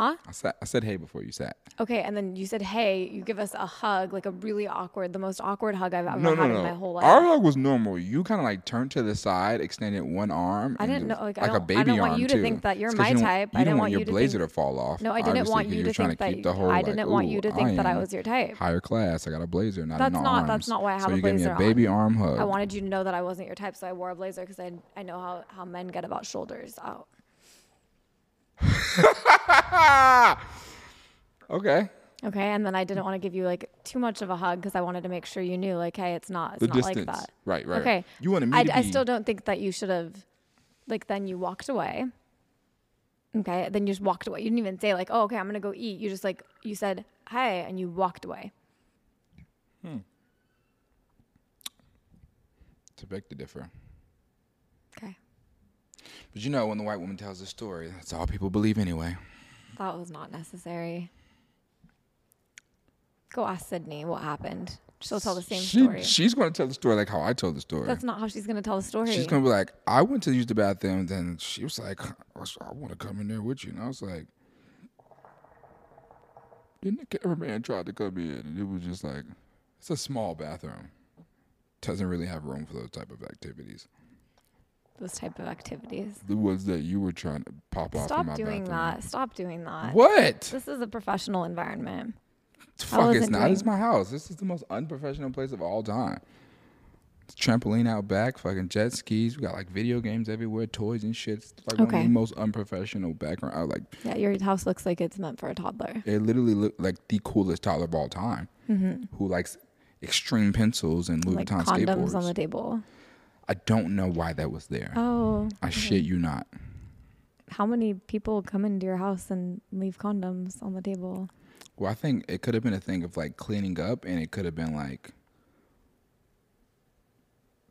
[SPEAKER 1] huh?
[SPEAKER 2] I said I said hey before you sat.
[SPEAKER 1] Okay, and then you said hey. You give us a hug, like a really awkward, the most awkward hug I've ever
[SPEAKER 2] No, no,
[SPEAKER 1] had
[SPEAKER 2] no.
[SPEAKER 1] in my whole life.
[SPEAKER 2] Our hug was normal. You kind of like turned to the side, extended one arm.
[SPEAKER 1] I
[SPEAKER 2] and
[SPEAKER 1] didn't
[SPEAKER 2] just-
[SPEAKER 1] know- like, I
[SPEAKER 2] like a
[SPEAKER 1] don't- I
[SPEAKER 2] baby
[SPEAKER 1] don't want
[SPEAKER 2] arm,
[SPEAKER 1] you to
[SPEAKER 2] too.
[SPEAKER 1] think that you're
[SPEAKER 2] It's 'cause
[SPEAKER 1] my
[SPEAKER 2] you don't-
[SPEAKER 1] type.
[SPEAKER 2] You
[SPEAKER 1] I didn't want
[SPEAKER 2] your
[SPEAKER 1] you to
[SPEAKER 2] blazer
[SPEAKER 1] think-
[SPEAKER 2] to fall off.
[SPEAKER 1] no, I didn't
[SPEAKER 2] obviously,
[SPEAKER 1] want
[SPEAKER 2] 'cause
[SPEAKER 1] you
[SPEAKER 2] you're
[SPEAKER 1] to
[SPEAKER 2] trying
[SPEAKER 1] think that
[SPEAKER 2] keep
[SPEAKER 1] you-
[SPEAKER 2] the whole,
[SPEAKER 1] I
[SPEAKER 2] like,
[SPEAKER 1] didn't want
[SPEAKER 2] "Ooh,
[SPEAKER 1] you to think that I
[SPEAKER 2] am
[SPEAKER 1] was your type.
[SPEAKER 2] Higher class. I got a blazer, not
[SPEAKER 1] That's
[SPEAKER 2] in the
[SPEAKER 1] not- that's
[SPEAKER 2] arms.
[SPEAKER 1] not why I have
[SPEAKER 2] so
[SPEAKER 1] a
[SPEAKER 2] you gave me
[SPEAKER 1] blazer
[SPEAKER 2] a
[SPEAKER 1] on.
[SPEAKER 2] baby arm hug.
[SPEAKER 1] I wanted you to know that I wasn't your type, so I wore a blazer because I, I know how, how men get about shoulders out.
[SPEAKER 2] okay.
[SPEAKER 1] Okay, and then I didn't want to give you like too much of a hug because I wanted to make sure you knew, like, hey, it's not, it's
[SPEAKER 2] The
[SPEAKER 1] not like
[SPEAKER 2] distance.
[SPEAKER 1] that.
[SPEAKER 2] Right, right.
[SPEAKER 1] Okay,
[SPEAKER 2] You wanted me
[SPEAKER 1] I,
[SPEAKER 2] to
[SPEAKER 1] I
[SPEAKER 2] be-
[SPEAKER 1] still don't think that you should have, like, then you walked away. Okay, then you just walked away. You didn't even say like, oh, okay, I'm gonna go eat. You just like you said hi and you walked away.
[SPEAKER 2] To beg to differ.
[SPEAKER 1] Okay,
[SPEAKER 2] But you know, when the white woman tells the story, that's all people believe anyway.
[SPEAKER 1] that was not necessary. Go ask Sydney what happened. She'll tell the same
[SPEAKER 2] She-
[SPEAKER 1] story.
[SPEAKER 2] She's going to tell the story like how I told the story.
[SPEAKER 1] That's not how she's gonna tell the story.
[SPEAKER 2] She's gonna be like, I went to use the bathroom, then she was like, I was- I want to come in there with you, and I was like, then the cameraman tried to come in, and it was just like, it's a small bathroom, doesn't really have room for those type of activities.
[SPEAKER 1] those type of activities.
[SPEAKER 2] The ones that you were trying to pop off in
[SPEAKER 1] Stop
[SPEAKER 2] my
[SPEAKER 1] doing
[SPEAKER 2] bathroom.
[SPEAKER 1] that. Stop doing that.
[SPEAKER 2] What?
[SPEAKER 1] This is a professional environment.
[SPEAKER 2] Fuck, it's
[SPEAKER 1] wasn't
[SPEAKER 2] not.
[SPEAKER 1] doing-
[SPEAKER 2] It's my house. This is the most unprofessional place of all time. It's trampoline out back, fucking jet skis. We got like video games everywhere, toys and shit. It's like one of
[SPEAKER 1] Okay.
[SPEAKER 2] the most unprofessional background. I like
[SPEAKER 1] Yeah, your house looks like it's meant for a toddler.
[SPEAKER 2] It literally looked like the coolest toddler of all time, who likes extreme pencils and Louis
[SPEAKER 1] Mm-hmm. like
[SPEAKER 2] Vuitton
[SPEAKER 1] condoms
[SPEAKER 2] skateboards.
[SPEAKER 1] on the table.
[SPEAKER 2] I don't know why that was there.
[SPEAKER 1] Oh,
[SPEAKER 2] I shit you not.
[SPEAKER 1] how many people come into your house and leave condoms on the table?
[SPEAKER 2] Well, I think it could have been a thing of like cleaning up, and it could have been like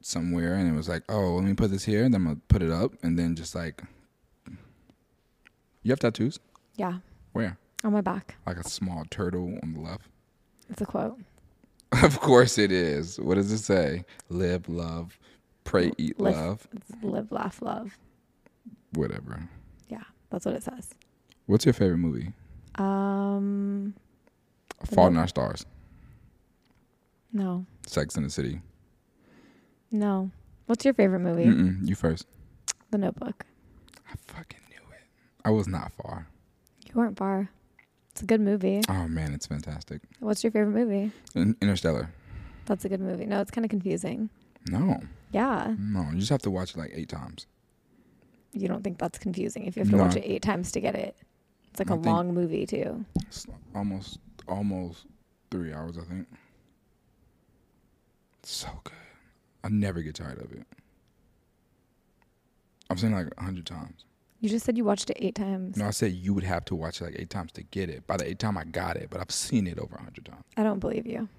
[SPEAKER 2] somewhere, and it was like, oh, let me put this here, and then I'm gonna put it up, and then just like, you have tattoos?
[SPEAKER 1] Yeah,
[SPEAKER 2] Where?
[SPEAKER 1] on my back.
[SPEAKER 2] Like a small turtle on the left.
[SPEAKER 1] It's a quote.
[SPEAKER 2] Of course it is. What does it say? Live, love, pray, eat,
[SPEAKER 1] Live.
[SPEAKER 2] love,
[SPEAKER 1] It's live, laugh, love.
[SPEAKER 2] whatever.
[SPEAKER 1] Yeah, that's what it says.
[SPEAKER 2] What's your favorite movie?
[SPEAKER 1] Um,
[SPEAKER 2] Fault in Our Stars,
[SPEAKER 1] no,
[SPEAKER 2] Sex in the City.
[SPEAKER 1] no. What's your favorite movie?
[SPEAKER 2] Mm-mm, you first.
[SPEAKER 1] The Notebook.
[SPEAKER 2] I fucking knew it. I was not far.
[SPEAKER 1] You weren't far. It's a good movie.
[SPEAKER 2] Oh man, it's fantastic.
[SPEAKER 1] What's your favorite movie?
[SPEAKER 2] In- Interstellar.
[SPEAKER 1] That's a good movie. No, it's kind of confusing.
[SPEAKER 2] No,
[SPEAKER 1] Yeah.
[SPEAKER 2] no, you just have to watch it like eight times.
[SPEAKER 1] You don't think that's confusing if you have to
[SPEAKER 2] No.
[SPEAKER 1] watch it eight times to get it. It's like
[SPEAKER 2] I
[SPEAKER 1] a
[SPEAKER 2] think-
[SPEAKER 1] long movie too.
[SPEAKER 2] It's almost, almost three hours, I think. So good. I never get tired of it. I've seen it like a hundred times.
[SPEAKER 1] You just said you watched it eight times.
[SPEAKER 2] No, I said you would have to watch it like eight times to get it. By the eighth time, I got it, but I've seen it over a hundred times.
[SPEAKER 1] I don't believe you.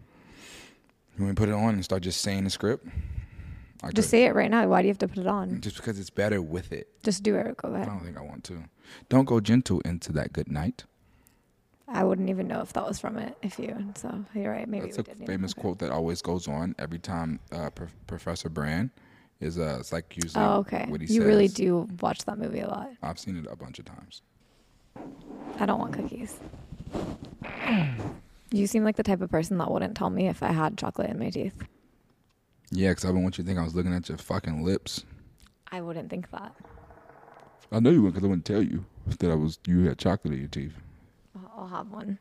[SPEAKER 2] You want me to put it on and start just saying the script? I
[SPEAKER 1] Just
[SPEAKER 2] could.
[SPEAKER 1] say it right now. Why do you have to put it on?
[SPEAKER 2] Just because it's better with it.
[SPEAKER 1] Just do it. Go
[SPEAKER 2] I
[SPEAKER 1] ahead.
[SPEAKER 2] don't think I want to. Don't go gentle into that good night.
[SPEAKER 1] I wouldn't even know if that was from it if you. So you're right. Maybe
[SPEAKER 2] That's
[SPEAKER 1] we
[SPEAKER 2] a
[SPEAKER 1] did need to
[SPEAKER 2] famous
[SPEAKER 1] look it
[SPEAKER 2] quote that always goes on every time uh, prof- Professor Brand is. Uh, it's like
[SPEAKER 1] up.
[SPEAKER 2] usually
[SPEAKER 1] Oh, okay.
[SPEAKER 2] what he
[SPEAKER 1] You really
[SPEAKER 2] says.
[SPEAKER 1] do watch that movie a lot.
[SPEAKER 2] I've seen it a bunch of times.
[SPEAKER 1] I don't want cookies. You seem like the type of person that wouldn't tell me if I had chocolate in my teeth.
[SPEAKER 2] Yeah, because I didn't want you to think I was looking at your fucking lips.
[SPEAKER 1] I wouldn't think that.
[SPEAKER 2] I know you wouldn't because I wouldn't tell you that I was you had chocolate in your teeth.
[SPEAKER 1] I'll- I'll have one.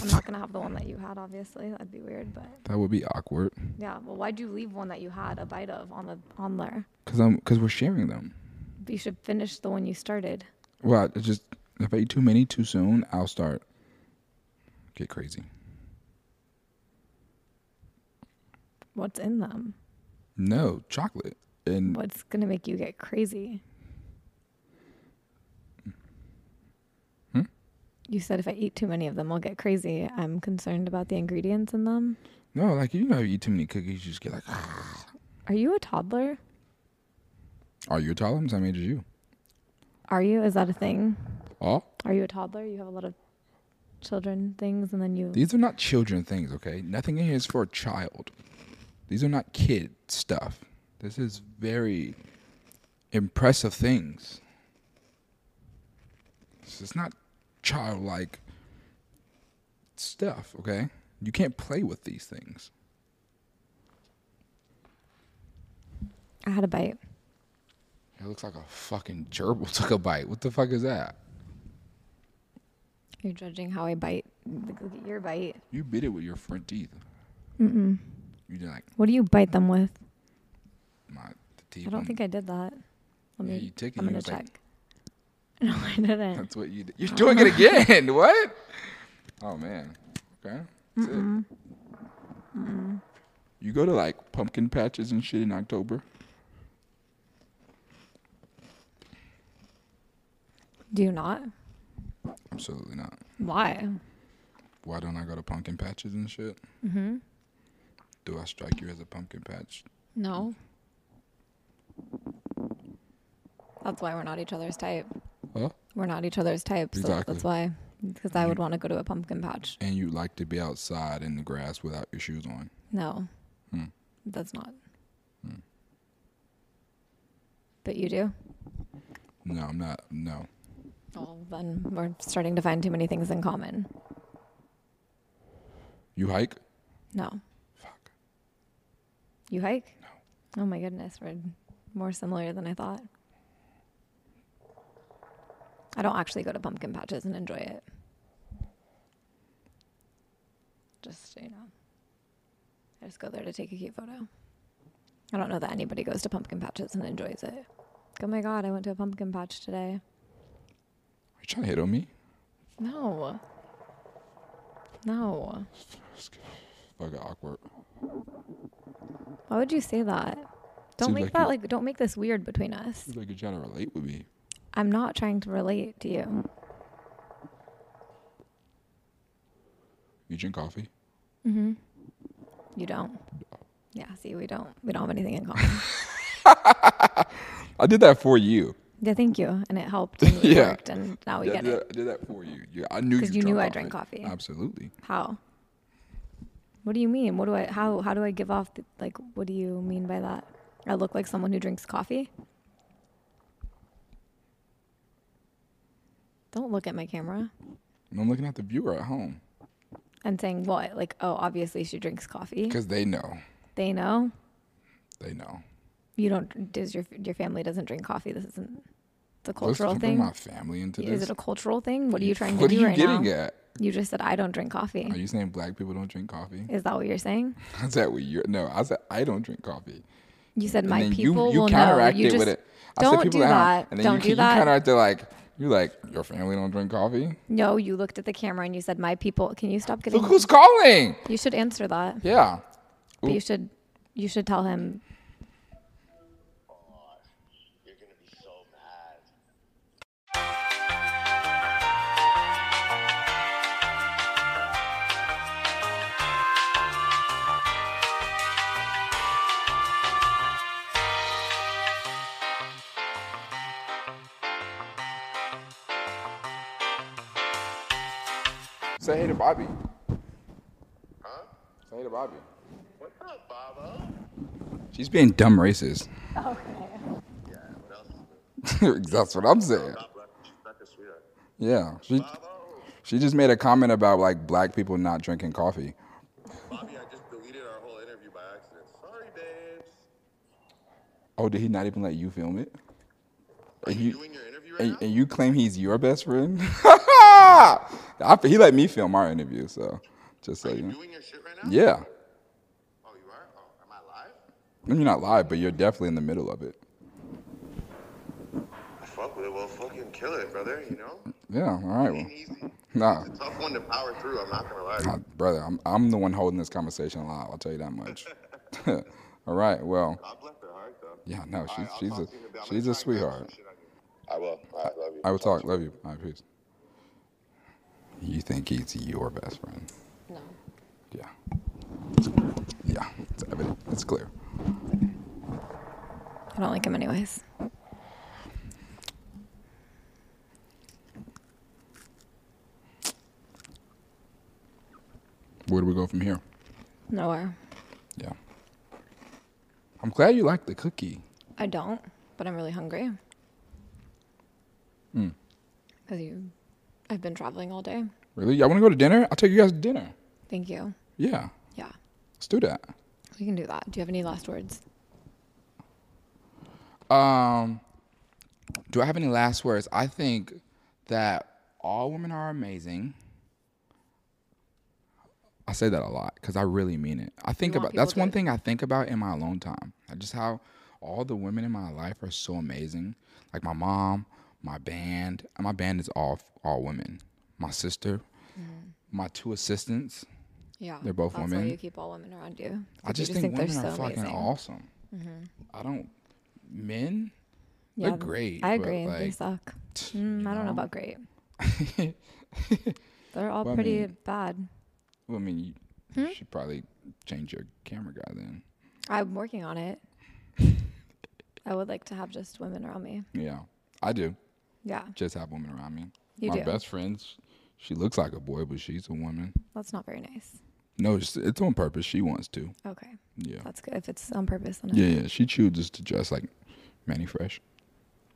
[SPEAKER 1] I'm not gonna have the one that you had, obviously. That'd be weird, but
[SPEAKER 2] That would be awkward
[SPEAKER 1] yeah. Well, why'd you leave one that you had a bite of on the on there?
[SPEAKER 2] because I'm because we're sharing them.
[SPEAKER 1] You should finish the one you started.
[SPEAKER 2] Well, I just if I eat too many too soon, I'll start get crazy.
[SPEAKER 1] What's in them?
[SPEAKER 2] No chocolate and
[SPEAKER 1] What's gonna make you get crazy?
[SPEAKER 2] Hmm?
[SPEAKER 1] You said if I eat too many of them, I'll get crazy. I'm concerned about the ingredients in them.
[SPEAKER 2] no, like you know, you eat too many cookies, you just get like. "Ah,
[SPEAKER 1] Are you a toddler?
[SPEAKER 2] Are you a tolerance? How age is you?
[SPEAKER 1] Are you? Is that a thing?
[SPEAKER 2] Oh,
[SPEAKER 1] Are you a toddler? You have a lot of children things, and then you.
[SPEAKER 2] these are not children things. Okay, nothing in here is for a child. These are not kid stuff. This is very impressive things. This is not childlike stuff. Okay, you can't play with these things.
[SPEAKER 1] I had a bite.
[SPEAKER 2] It looks like a fucking gerbil took a bite. What the fuck is that?
[SPEAKER 1] You're judging how I bite. Like, Look at your bite.
[SPEAKER 2] You bit it with your front teeth.
[SPEAKER 1] Mm-mm.
[SPEAKER 2] You did like
[SPEAKER 1] What do you bite them with?
[SPEAKER 2] my the teeth.
[SPEAKER 1] I
[SPEAKER 2] on-
[SPEAKER 1] don't think I did that. Let
[SPEAKER 2] Yeah,
[SPEAKER 1] me.
[SPEAKER 2] you took it,
[SPEAKER 1] I'm
[SPEAKER 2] you
[SPEAKER 1] gonna
[SPEAKER 2] was like-
[SPEAKER 1] check. No, I didn't.
[SPEAKER 2] That's what you did. You're doing it
[SPEAKER 1] Uh-huh.
[SPEAKER 2] again. what? Oh man. Okay. That's it. You go to like pumpkin patches and shit in October.
[SPEAKER 1] Do you not?
[SPEAKER 2] Absolutely not.
[SPEAKER 1] Why?
[SPEAKER 2] Why don't I go to pumpkin patches and shit?
[SPEAKER 1] Mm-hmm.
[SPEAKER 2] Do I strike you as a pumpkin patch?
[SPEAKER 1] No. That's why we're not each other's type.
[SPEAKER 2] Huh?
[SPEAKER 1] We're not each other's type. So
[SPEAKER 2] Exactly. Mm.
[SPEAKER 1] that's why. Because I would want to go to a pumpkin patch.
[SPEAKER 2] And you like to be outside in the grass without your shoes on.
[SPEAKER 1] No.
[SPEAKER 2] Hmm.
[SPEAKER 1] That's not. But you do?
[SPEAKER 2] No, I'm not. No.
[SPEAKER 1] Well, then we're starting to find too many things in common.
[SPEAKER 2] You hike?
[SPEAKER 1] No.
[SPEAKER 2] Fuck.
[SPEAKER 1] You hike? No. Oh my goodness, we're more similar than I thought. I don't actually go to pumpkin patches and enjoy it. Just, so you know. I just go there to take a cute photo. I don't know that anybody goes to pumpkin patches and enjoys it. Like, oh my god, I went to a pumpkin patch today.
[SPEAKER 2] Are you trying to hit on me?
[SPEAKER 1] No. No.
[SPEAKER 2] Fucking awkward.
[SPEAKER 1] Why would you say that? Don't
[SPEAKER 2] Seems
[SPEAKER 1] make
[SPEAKER 2] like
[SPEAKER 1] that
[SPEAKER 2] you-
[SPEAKER 1] like don't make this weird between us.
[SPEAKER 2] It's like you're trying to relate with me.
[SPEAKER 1] I'm not trying to relate to you.
[SPEAKER 2] You drink coffee?
[SPEAKER 1] You don't. Yeah, see, we don't we don't have anything in common.
[SPEAKER 2] I did that for you.
[SPEAKER 1] yeah, thank you. And it helped and it
[SPEAKER 2] Yeah.
[SPEAKER 1] worked and now we
[SPEAKER 2] Yeah, I
[SPEAKER 1] Oh, get
[SPEAKER 2] did
[SPEAKER 1] it.
[SPEAKER 2] that- I did that for you. Yeah, I knew
[SPEAKER 1] 'Cause
[SPEAKER 2] you
[SPEAKER 1] you knew
[SPEAKER 2] drank
[SPEAKER 1] I drank coffee.
[SPEAKER 2] Absolutely.
[SPEAKER 1] How? What do you mean? What do I how how do I give off the, like what do you mean by that? I look like someone who drinks coffee? Don't look at my camera.
[SPEAKER 2] And I'm looking at the viewer at home
[SPEAKER 1] and saying what like oh obviously she drinks coffee
[SPEAKER 2] because they know.
[SPEAKER 1] they know
[SPEAKER 2] They know.
[SPEAKER 1] you don't does your your family doesn't drink coffee this isn't it's a
[SPEAKER 2] Let's
[SPEAKER 1] cultural
[SPEAKER 2] bring
[SPEAKER 1] thing
[SPEAKER 2] my family into this.
[SPEAKER 1] is it a cultural thing what are you trying
[SPEAKER 2] what
[SPEAKER 1] to do
[SPEAKER 2] are you
[SPEAKER 1] right
[SPEAKER 2] getting
[SPEAKER 1] now
[SPEAKER 2] at?
[SPEAKER 1] you just said i don't drink coffee
[SPEAKER 2] Are you saying black people don't drink coffee?
[SPEAKER 1] is that what you're saying
[SPEAKER 2] I said we. You're, no, I said I don't drink coffee.
[SPEAKER 1] you said
[SPEAKER 2] And
[SPEAKER 1] my
[SPEAKER 2] then
[SPEAKER 1] people
[SPEAKER 2] you, you
[SPEAKER 1] will know
[SPEAKER 2] counteract
[SPEAKER 1] you
[SPEAKER 2] it
[SPEAKER 1] just
[SPEAKER 2] with it. I
[SPEAKER 1] don't
[SPEAKER 2] said people
[SPEAKER 1] do
[SPEAKER 2] at home,
[SPEAKER 1] that
[SPEAKER 2] And then
[SPEAKER 1] don't
[SPEAKER 2] you,
[SPEAKER 1] do
[SPEAKER 2] you
[SPEAKER 1] that
[SPEAKER 2] counteract it like you like your family don't drink coffee.
[SPEAKER 1] no you looked at the camera and you said my people can you stop
[SPEAKER 2] Look
[SPEAKER 1] getting
[SPEAKER 2] who's calling.
[SPEAKER 1] you should answer that
[SPEAKER 2] Yeah.
[SPEAKER 1] but
[SPEAKER 2] Oop.
[SPEAKER 1] you should You should tell him.
[SPEAKER 3] You're gonna be so mad.
[SPEAKER 2] Say hey to Bobby.
[SPEAKER 3] Huh?
[SPEAKER 2] Say hey to Bobby.
[SPEAKER 3] What's up, Bobo?
[SPEAKER 2] She's being dumb racist.
[SPEAKER 3] Yeah, what else?
[SPEAKER 2] That's what I'm saying.
[SPEAKER 3] Stop laughing. Not this sweetheart.
[SPEAKER 2] Yeah. She
[SPEAKER 3] Bobo!
[SPEAKER 2] she just made a comment about like black people not drinking coffee.
[SPEAKER 3] Bobby, I just deleted our whole interview by accident. Sorry, babes.
[SPEAKER 2] Oh, did he not even let you film it?
[SPEAKER 3] Are
[SPEAKER 2] And
[SPEAKER 3] you
[SPEAKER 2] you
[SPEAKER 3] doing your interview right
[SPEAKER 2] and,
[SPEAKER 3] now?
[SPEAKER 2] and you claim he's your best friend? I, he let me film our interview, so just so
[SPEAKER 3] Are
[SPEAKER 2] you
[SPEAKER 3] you
[SPEAKER 2] know.
[SPEAKER 3] doing your shit right now?
[SPEAKER 2] Yeah.
[SPEAKER 3] Oh, you are? Oh, am I live?
[SPEAKER 2] You're not live, but you're definitely in the middle of it.
[SPEAKER 3] Fuck with it. Well, fucking kill it, brother. You know?
[SPEAKER 2] Yeah. All right. Well,
[SPEAKER 3] Ain't easy.
[SPEAKER 2] nah,
[SPEAKER 3] It's a tough one to power through. I'm not gonna lie. to
[SPEAKER 2] nah,
[SPEAKER 3] you.
[SPEAKER 2] brother, I'm I'm the one holding this conversation alive. I'll tell you that much. all right. Well,
[SPEAKER 3] God bless her heart, though.
[SPEAKER 2] yeah. No,
[SPEAKER 3] All
[SPEAKER 2] she's
[SPEAKER 3] right, I'll
[SPEAKER 2] she's
[SPEAKER 3] talk
[SPEAKER 2] a
[SPEAKER 3] to you in bit. I'm
[SPEAKER 2] she's a
[SPEAKER 3] gonna try and grab some
[SPEAKER 2] sweetheart.
[SPEAKER 3] shit on you. I will. I love you.
[SPEAKER 2] I will talk. Love you. All right. Peace. You think he's your best friend?
[SPEAKER 1] No.
[SPEAKER 2] Yeah. Yeah. It's evident. It's clear.
[SPEAKER 1] I don't like him, anyways.
[SPEAKER 2] Where do we go from here?
[SPEAKER 1] Nowhere.
[SPEAKER 2] Yeah. I'm glad you like the cookie.
[SPEAKER 1] I don't, but I'm really hungry.
[SPEAKER 2] Hmm.
[SPEAKER 1] Because you, I've been traveling all day.
[SPEAKER 2] Really? Y'all want to go to dinner? I'll take you guys to dinner.
[SPEAKER 1] Thank you.
[SPEAKER 2] Yeah.
[SPEAKER 1] Yeah,
[SPEAKER 2] Let's do that.
[SPEAKER 1] we can do that. Do you have any last words?
[SPEAKER 2] Um, do I have any last words? I think that all women are amazing. I say that a lot because I really mean it. I think
[SPEAKER 1] want
[SPEAKER 2] about
[SPEAKER 1] people
[SPEAKER 2] that's one
[SPEAKER 1] to-
[SPEAKER 2] thing I think about in my alone time. Just how all the women in my life are so amazing. Like my mom, my band. My band is all all women. My sister,
[SPEAKER 1] Mm-hmm.
[SPEAKER 2] my two assistants.
[SPEAKER 1] Yeah,
[SPEAKER 2] They're both
[SPEAKER 1] that's
[SPEAKER 2] women.
[SPEAKER 1] Why you keep all women around you.
[SPEAKER 2] I just, think, women are fucking awesome. I don't. Men,
[SPEAKER 1] Mm-hmm. Yeah,
[SPEAKER 2] they're great.
[SPEAKER 1] I
[SPEAKER 2] but,
[SPEAKER 1] agree. they
[SPEAKER 2] like,
[SPEAKER 1] suck. Mm, I don't know about great. They're all
[SPEAKER 2] Well, I
[SPEAKER 1] pretty
[SPEAKER 2] mean-
[SPEAKER 1] bad.
[SPEAKER 2] Well, I mean, you
[SPEAKER 1] Hmm?
[SPEAKER 2] should probably change your camera guy then.
[SPEAKER 1] I'm working on it. I would like to have just women around me.
[SPEAKER 2] Yeah, I do.
[SPEAKER 1] Yeah,
[SPEAKER 2] Just have women around me.
[SPEAKER 1] You
[SPEAKER 2] My
[SPEAKER 1] do.
[SPEAKER 2] best friends. She looks like a boy, but she's a woman.
[SPEAKER 1] that's not very nice.
[SPEAKER 2] No, it's, it's on purpose. She wants to.
[SPEAKER 1] Okay,
[SPEAKER 2] Yeah.
[SPEAKER 1] that's good. If it's on purpose, then
[SPEAKER 2] Yeah, yeah. She chooses to dress like Manny Fresh.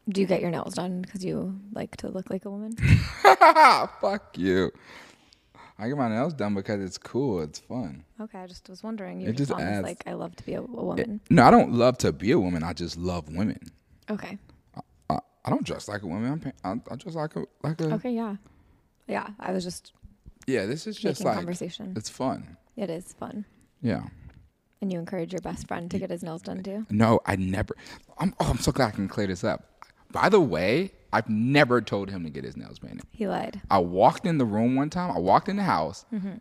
[SPEAKER 1] Do you get your nails done because you like to look like a woman?
[SPEAKER 2] Oh, Fuck you. I get my nails done because it's cool. It's fun.
[SPEAKER 1] okay, I just was wondering. You
[SPEAKER 2] It
[SPEAKER 1] just
[SPEAKER 2] just
[SPEAKER 1] sound
[SPEAKER 2] adds-
[SPEAKER 1] like I love to be a, a woman.
[SPEAKER 2] No, I don't love to be a woman. I just love women.
[SPEAKER 1] okay.
[SPEAKER 2] I, I don't dress like a woman. I'm, pa- I, I dress like a like a.
[SPEAKER 1] Okay. Yeah. Yeah. I was just
[SPEAKER 2] Yeah, this is just
[SPEAKER 1] making
[SPEAKER 2] like
[SPEAKER 1] conversation.
[SPEAKER 2] it's fun.
[SPEAKER 1] It is fun.
[SPEAKER 2] Yeah.
[SPEAKER 1] And you encourage your best friend to get his nails done too.
[SPEAKER 2] No, I never. I'm, oh, I'm so glad I can clear this up. By the way, I've never told him to get his nails painted.
[SPEAKER 1] He lied.
[SPEAKER 2] I walked in the room one time. I walked in the house,
[SPEAKER 1] Mm-hmm.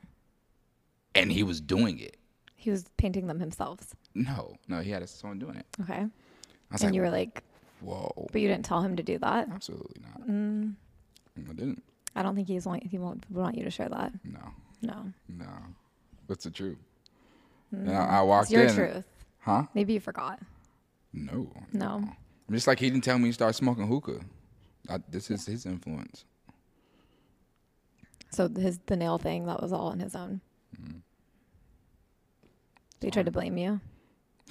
[SPEAKER 2] and he was doing it.
[SPEAKER 1] He was painting them himself.
[SPEAKER 2] No, no, he had someone doing it.
[SPEAKER 1] Okay. And
[SPEAKER 2] I was like,
[SPEAKER 1] you were like,
[SPEAKER 2] "Whoa,
[SPEAKER 1] but you didn't tell him to do that.
[SPEAKER 2] absolutely not."
[SPEAKER 1] Mm.
[SPEAKER 2] I didn't.
[SPEAKER 1] I don't think he's want he won't want you to share that.
[SPEAKER 2] No,
[SPEAKER 1] No.
[SPEAKER 2] no. What's the truth? And I, I
[SPEAKER 1] Mm.
[SPEAKER 2] walked
[SPEAKER 1] It's your
[SPEAKER 2] in,
[SPEAKER 1] truth.
[SPEAKER 2] huh? Oh.
[SPEAKER 1] Maybe you forgot.
[SPEAKER 2] No,
[SPEAKER 1] No.
[SPEAKER 2] I'm just like he didn't tell me to start smoking hookah. I, this is his influence.
[SPEAKER 1] So his the nail thing that was all on his own.
[SPEAKER 2] Mm.
[SPEAKER 1] They tried to blame you.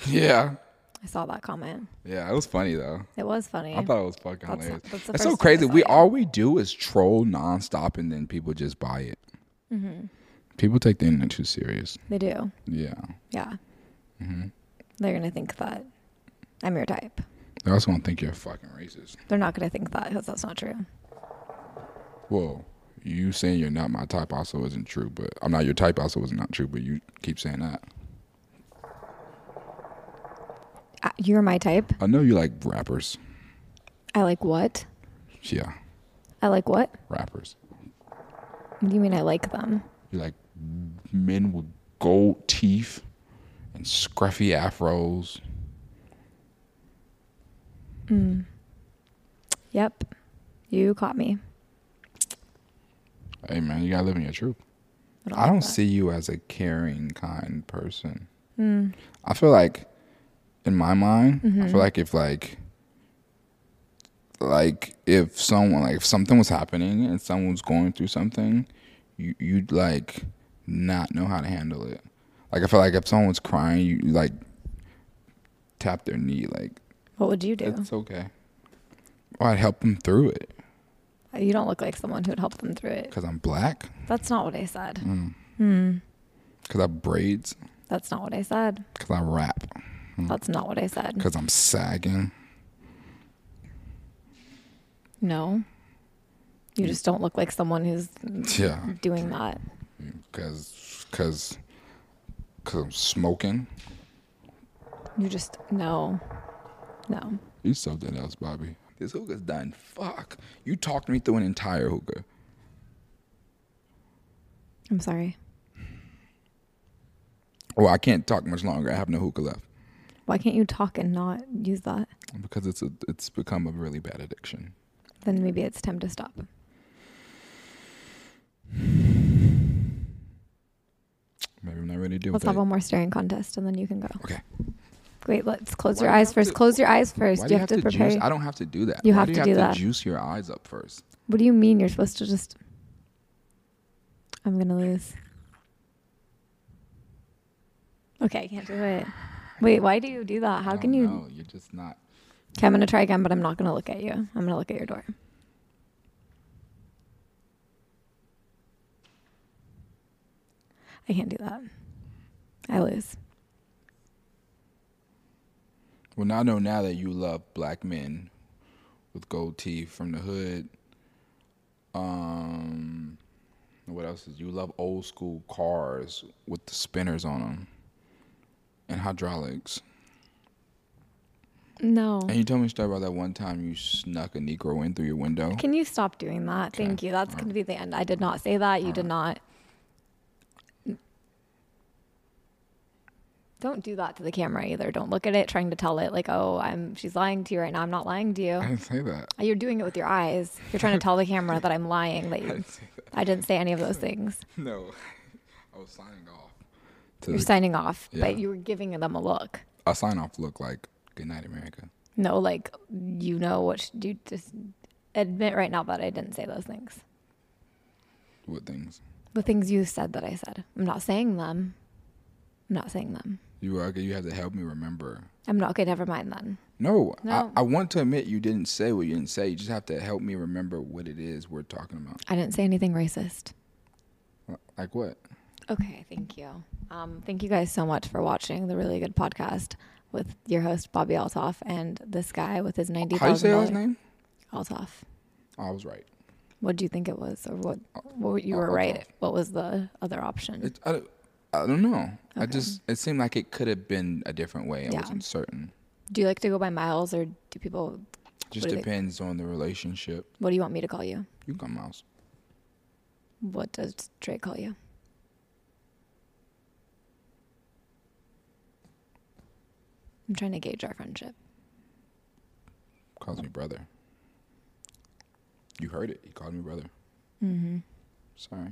[SPEAKER 2] yeah,
[SPEAKER 1] I saw that comment.
[SPEAKER 2] yeah. It was funny though.
[SPEAKER 1] It was funny.
[SPEAKER 2] I thought it was fucking
[SPEAKER 1] That's-
[SPEAKER 2] hilarious.
[SPEAKER 1] that's
[SPEAKER 2] That's,
[SPEAKER 1] the
[SPEAKER 2] so
[SPEAKER 1] first time I
[SPEAKER 2] crazy.
[SPEAKER 1] saw
[SPEAKER 2] We
[SPEAKER 1] it.
[SPEAKER 2] all we do is troll nonstop, and then people just buy it.
[SPEAKER 1] Mm-hmm.
[SPEAKER 2] People take the internet too serious.
[SPEAKER 1] they do.
[SPEAKER 2] Yeah,
[SPEAKER 1] Yeah.
[SPEAKER 2] Mm-hmm.
[SPEAKER 1] They're gonna think that I'm your type.
[SPEAKER 2] they also don't think you're fucking racist.
[SPEAKER 1] They're not gonna think that because that's not true.
[SPEAKER 2] Well, you saying you're not my type also isn't true, but I'm not your type also is not true. But you keep saying that.
[SPEAKER 1] Uh, You're my type.
[SPEAKER 2] I know you like rappers.
[SPEAKER 1] I like what?
[SPEAKER 2] Yeah,
[SPEAKER 1] I like what?
[SPEAKER 2] rappers.
[SPEAKER 1] What do you mean I like them?
[SPEAKER 2] You like men with gold teeth and scruffy afros.
[SPEAKER 1] Yep. You caught me.
[SPEAKER 2] Hey man, you gotta live in your truth.
[SPEAKER 1] don't
[SPEAKER 2] I
[SPEAKER 1] like
[SPEAKER 2] don't
[SPEAKER 1] that.
[SPEAKER 2] see you as a caring, kind person. I feel like, in my mind, I feel like if like, like if someone like if something was happening and someone's going through something, you you'd like not know how to handle it. Like I feel like if someone's crying, you like tap their knee, like
[SPEAKER 1] What would you do?
[SPEAKER 2] it's okay. Or I'd help them through it
[SPEAKER 1] You don't look like someone who would help them through it.
[SPEAKER 2] because I'm black,
[SPEAKER 1] That's not what I said.
[SPEAKER 2] Mm. because I braids,
[SPEAKER 1] That's not what I said.
[SPEAKER 2] because I rap, Mm.
[SPEAKER 1] That's not what I said.
[SPEAKER 2] because I'm sagging.
[SPEAKER 1] No.
[SPEAKER 2] Mm.
[SPEAKER 1] You just don't look like someone who's
[SPEAKER 2] Yeah.
[SPEAKER 1] doing that.
[SPEAKER 2] Cause, cause, cause I'm smoking.
[SPEAKER 1] You just no. No.
[SPEAKER 2] It's something else, Bobby. This hookah's done. Fuck. You talked me through an entire hookah.
[SPEAKER 1] I'm sorry.
[SPEAKER 2] Oh, I can't talk much longer. I have no hookah left
[SPEAKER 1] Why can't you talk and not use that?
[SPEAKER 2] because it's a, it's become a really bad addiction.
[SPEAKER 1] Then maybe it's time to stop.
[SPEAKER 2] Maybe I'm not ready to deal
[SPEAKER 1] Let's
[SPEAKER 2] with
[SPEAKER 1] have
[SPEAKER 2] it.
[SPEAKER 1] one more staring contest and then you can go.
[SPEAKER 2] Okay.
[SPEAKER 1] Wait, let's close
[SPEAKER 2] Why
[SPEAKER 1] your
[SPEAKER 2] do you
[SPEAKER 1] eyes
[SPEAKER 2] have
[SPEAKER 1] first.
[SPEAKER 2] to-
[SPEAKER 1] close your eyes first.
[SPEAKER 2] Why
[SPEAKER 1] You,
[SPEAKER 2] do you
[SPEAKER 1] have, to prepare.
[SPEAKER 2] juice? I don't have to do that.
[SPEAKER 1] You
[SPEAKER 2] Why
[SPEAKER 1] have
[SPEAKER 2] do you
[SPEAKER 1] to
[SPEAKER 2] have
[SPEAKER 1] do
[SPEAKER 2] to
[SPEAKER 1] that.
[SPEAKER 2] juice your eyes up first?
[SPEAKER 1] What do you mean you're supposed to just I'm gonna lose. Okay, I can't do it. Wait, why do you do that?
[SPEAKER 2] I
[SPEAKER 1] How
[SPEAKER 2] don't
[SPEAKER 1] can you
[SPEAKER 2] know. You're just not.
[SPEAKER 1] Okay, I'm gonna try again, but I'm not gonna look at you. I'm gonna look at your door. I can't do that. I lose.
[SPEAKER 2] Well, now I know now that you love black men with gold teeth from the hood. Um, what else is you love old school cars with the spinners on them and hydraulics?
[SPEAKER 1] No.
[SPEAKER 2] And you told me a story about that one time you snuck a Negro in through your window.
[SPEAKER 1] Can you stop doing that? Thank you. That's gonna be the end. I did not say that. You did not. Don't do that to the camera either. Don't look at it trying to tell it like, "Oh, I'm she's lying to you right now. I'm not lying to you." Uh,
[SPEAKER 2] I didn't say that.
[SPEAKER 1] You're doing it with your eyes. You're trying to tell the camera that I'm lying that you I didn't say any of those things.
[SPEAKER 2] No, I was signing off. To
[SPEAKER 1] You're
[SPEAKER 2] the,
[SPEAKER 1] signing off,
[SPEAKER 2] Yeah.
[SPEAKER 1] but you were giving them a look.
[SPEAKER 2] I sign off look like "Good night, America."
[SPEAKER 1] No, like you know what sh- you just admit right now that I didn't say those things.
[SPEAKER 2] What things?
[SPEAKER 1] The things you said that I said. I'm not saying them. I'm not saying them.
[SPEAKER 2] You okay? You have to help me remember.
[SPEAKER 1] I'm not okay. Never mind then.
[SPEAKER 2] No,
[SPEAKER 1] No.
[SPEAKER 2] I, I want to admit you didn't say what you didn't say. You just have to help me remember what it is we're talking about.
[SPEAKER 1] I didn't say anything racist.
[SPEAKER 2] Like what?
[SPEAKER 1] Okay, thank you. Um, thank you guys so much for watching the really good podcast with your host Bobby Altoff and this guy with his ninety
[SPEAKER 2] How you say
[SPEAKER 1] thousand
[SPEAKER 2] your last
[SPEAKER 1] dollars.
[SPEAKER 2] name? Oh,
[SPEAKER 1] Altoff.
[SPEAKER 2] I was right.
[SPEAKER 1] What do you think it was, or what? What were- you were
[SPEAKER 2] Altoff.
[SPEAKER 1] right. What was the other option?
[SPEAKER 2] Oh, It, I, don't- I don't know. I just it seemed like it could have been a different way. I
[SPEAKER 1] Yeah.
[SPEAKER 2] wasn't certain.
[SPEAKER 1] Do you like to go by miles, or do people?
[SPEAKER 2] Just
[SPEAKER 1] What do they-
[SPEAKER 2] depends on the relationship.
[SPEAKER 1] What do you want me to call you?
[SPEAKER 2] You can come mouse.
[SPEAKER 1] What does Trey call you? I'm trying to gauge our friendship.
[SPEAKER 2] Calls me brother. You heard it. He called me brother. Mm-hmm. Sorry.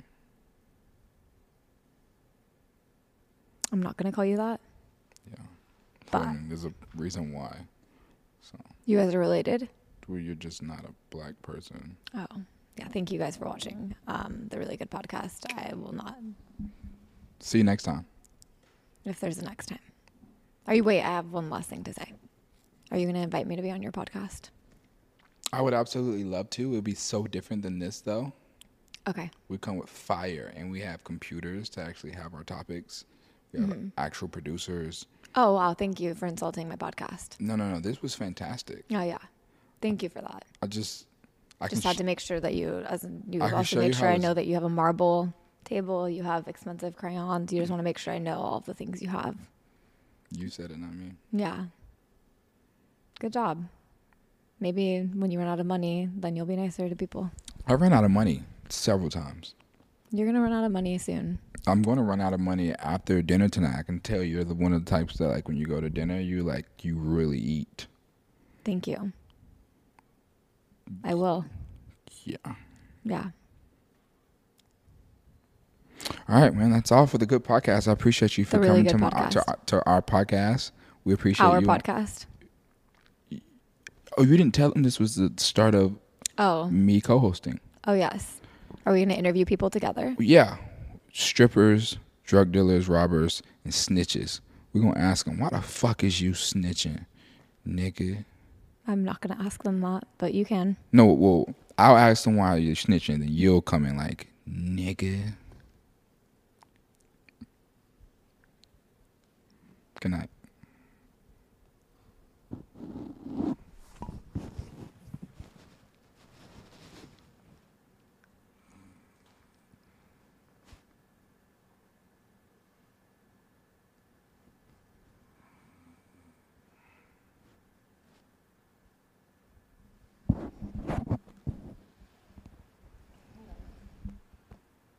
[SPEAKER 1] I'm not gonna call you that.
[SPEAKER 2] Yeah.
[SPEAKER 1] Bye.
[SPEAKER 2] Um, there's a reason why. So
[SPEAKER 1] You guys are related.
[SPEAKER 2] well, you're just not a black person.
[SPEAKER 1] Oh, yeah. Thank you guys for watching um, the really good podcast. I will not,
[SPEAKER 2] See you next time.
[SPEAKER 1] if there's a next time. Are you, wait, I have one last thing to say. Are you going to invite me to be on your podcast?
[SPEAKER 2] I would absolutely love to. It would be so different than this, though.
[SPEAKER 1] Okay.
[SPEAKER 2] We come with fire and we have computers to actually have our topics. We have
[SPEAKER 1] Mm-hmm.
[SPEAKER 2] actual producers.
[SPEAKER 1] Oh, wow. Thank you for insulting my podcast.
[SPEAKER 2] No, no, no. This was fantastic.
[SPEAKER 1] Oh, yeah. Thank you for that.
[SPEAKER 2] I just, I
[SPEAKER 1] Just
[SPEAKER 2] can
[SPEAKER 1] had
[SPEAKER 2] sh-
[SPEAKER 1] to make sure that you, as in- you
[SPEAKER 2] I can
[SPEAKER 1] also
[SPEAKER 2] show
[SPEAKER 1] make
[SPEAKER 2] you
[SPEAKER 1] sure
[SPEAKER 2] how
[SPEAKER 1] I
[SPEAKER 2] it's-
[SPEAKER 1] know that you have a marble table, you have expensive crayons. You just want to make sure I know all of the things you have.
[SPEAKER 2] You said it, not me.
[SPEAKER 1] Yeah. Good job. Maybe when you run out of money, then you'll be nicer to people.
[SPEAKER 2] I ran out of money several times.
[SPEAKER 1] You're gonna run out of money soon.
[SPEAKER 2] I'm going to run out of money after dinner tonight. I can tell you're the one of the types that like when you go to dinner, you like you really eat.
[SPEAKER 1] Thank you. I will.
[SPEAKER 2] Yeah. All
[SPEAKER 1] Yeah.
[SPEAKER 2] right, man. That's all for the good podcast. I appreciate you for
[SPEAKER 1] really
[SPEAKER 2] coming
[SPEAKER 1] good
[SPEAKER 2] to my to,
[SPEAKER 1] podcast.
[SPEAKER 2] to our podcast. We appreciate
[SPEAKER 1] Our
[SPEAKER 2] you.
[SPEAKER 1] podcast.
[SPEAKER 2] Oh, you didn't tell him this was the start of
[SPEAKER 1] Oh.
[SPEAKER 2] me co-hosting.
[SPEAKER 1] Oh yes. Are we gonna interview people together?
[SPEAKER 2] Yeah, strippers, drug dealers, robbers, and snitches. We're gonna ask them why the fuck is you snitching, nigga.
[SPEAKER 1] I'm not gonna ask them that, but you can.
[SPEAKER 2] No, well, I'll ask them why you're snitching, then you'll come in like, nigga. Good night.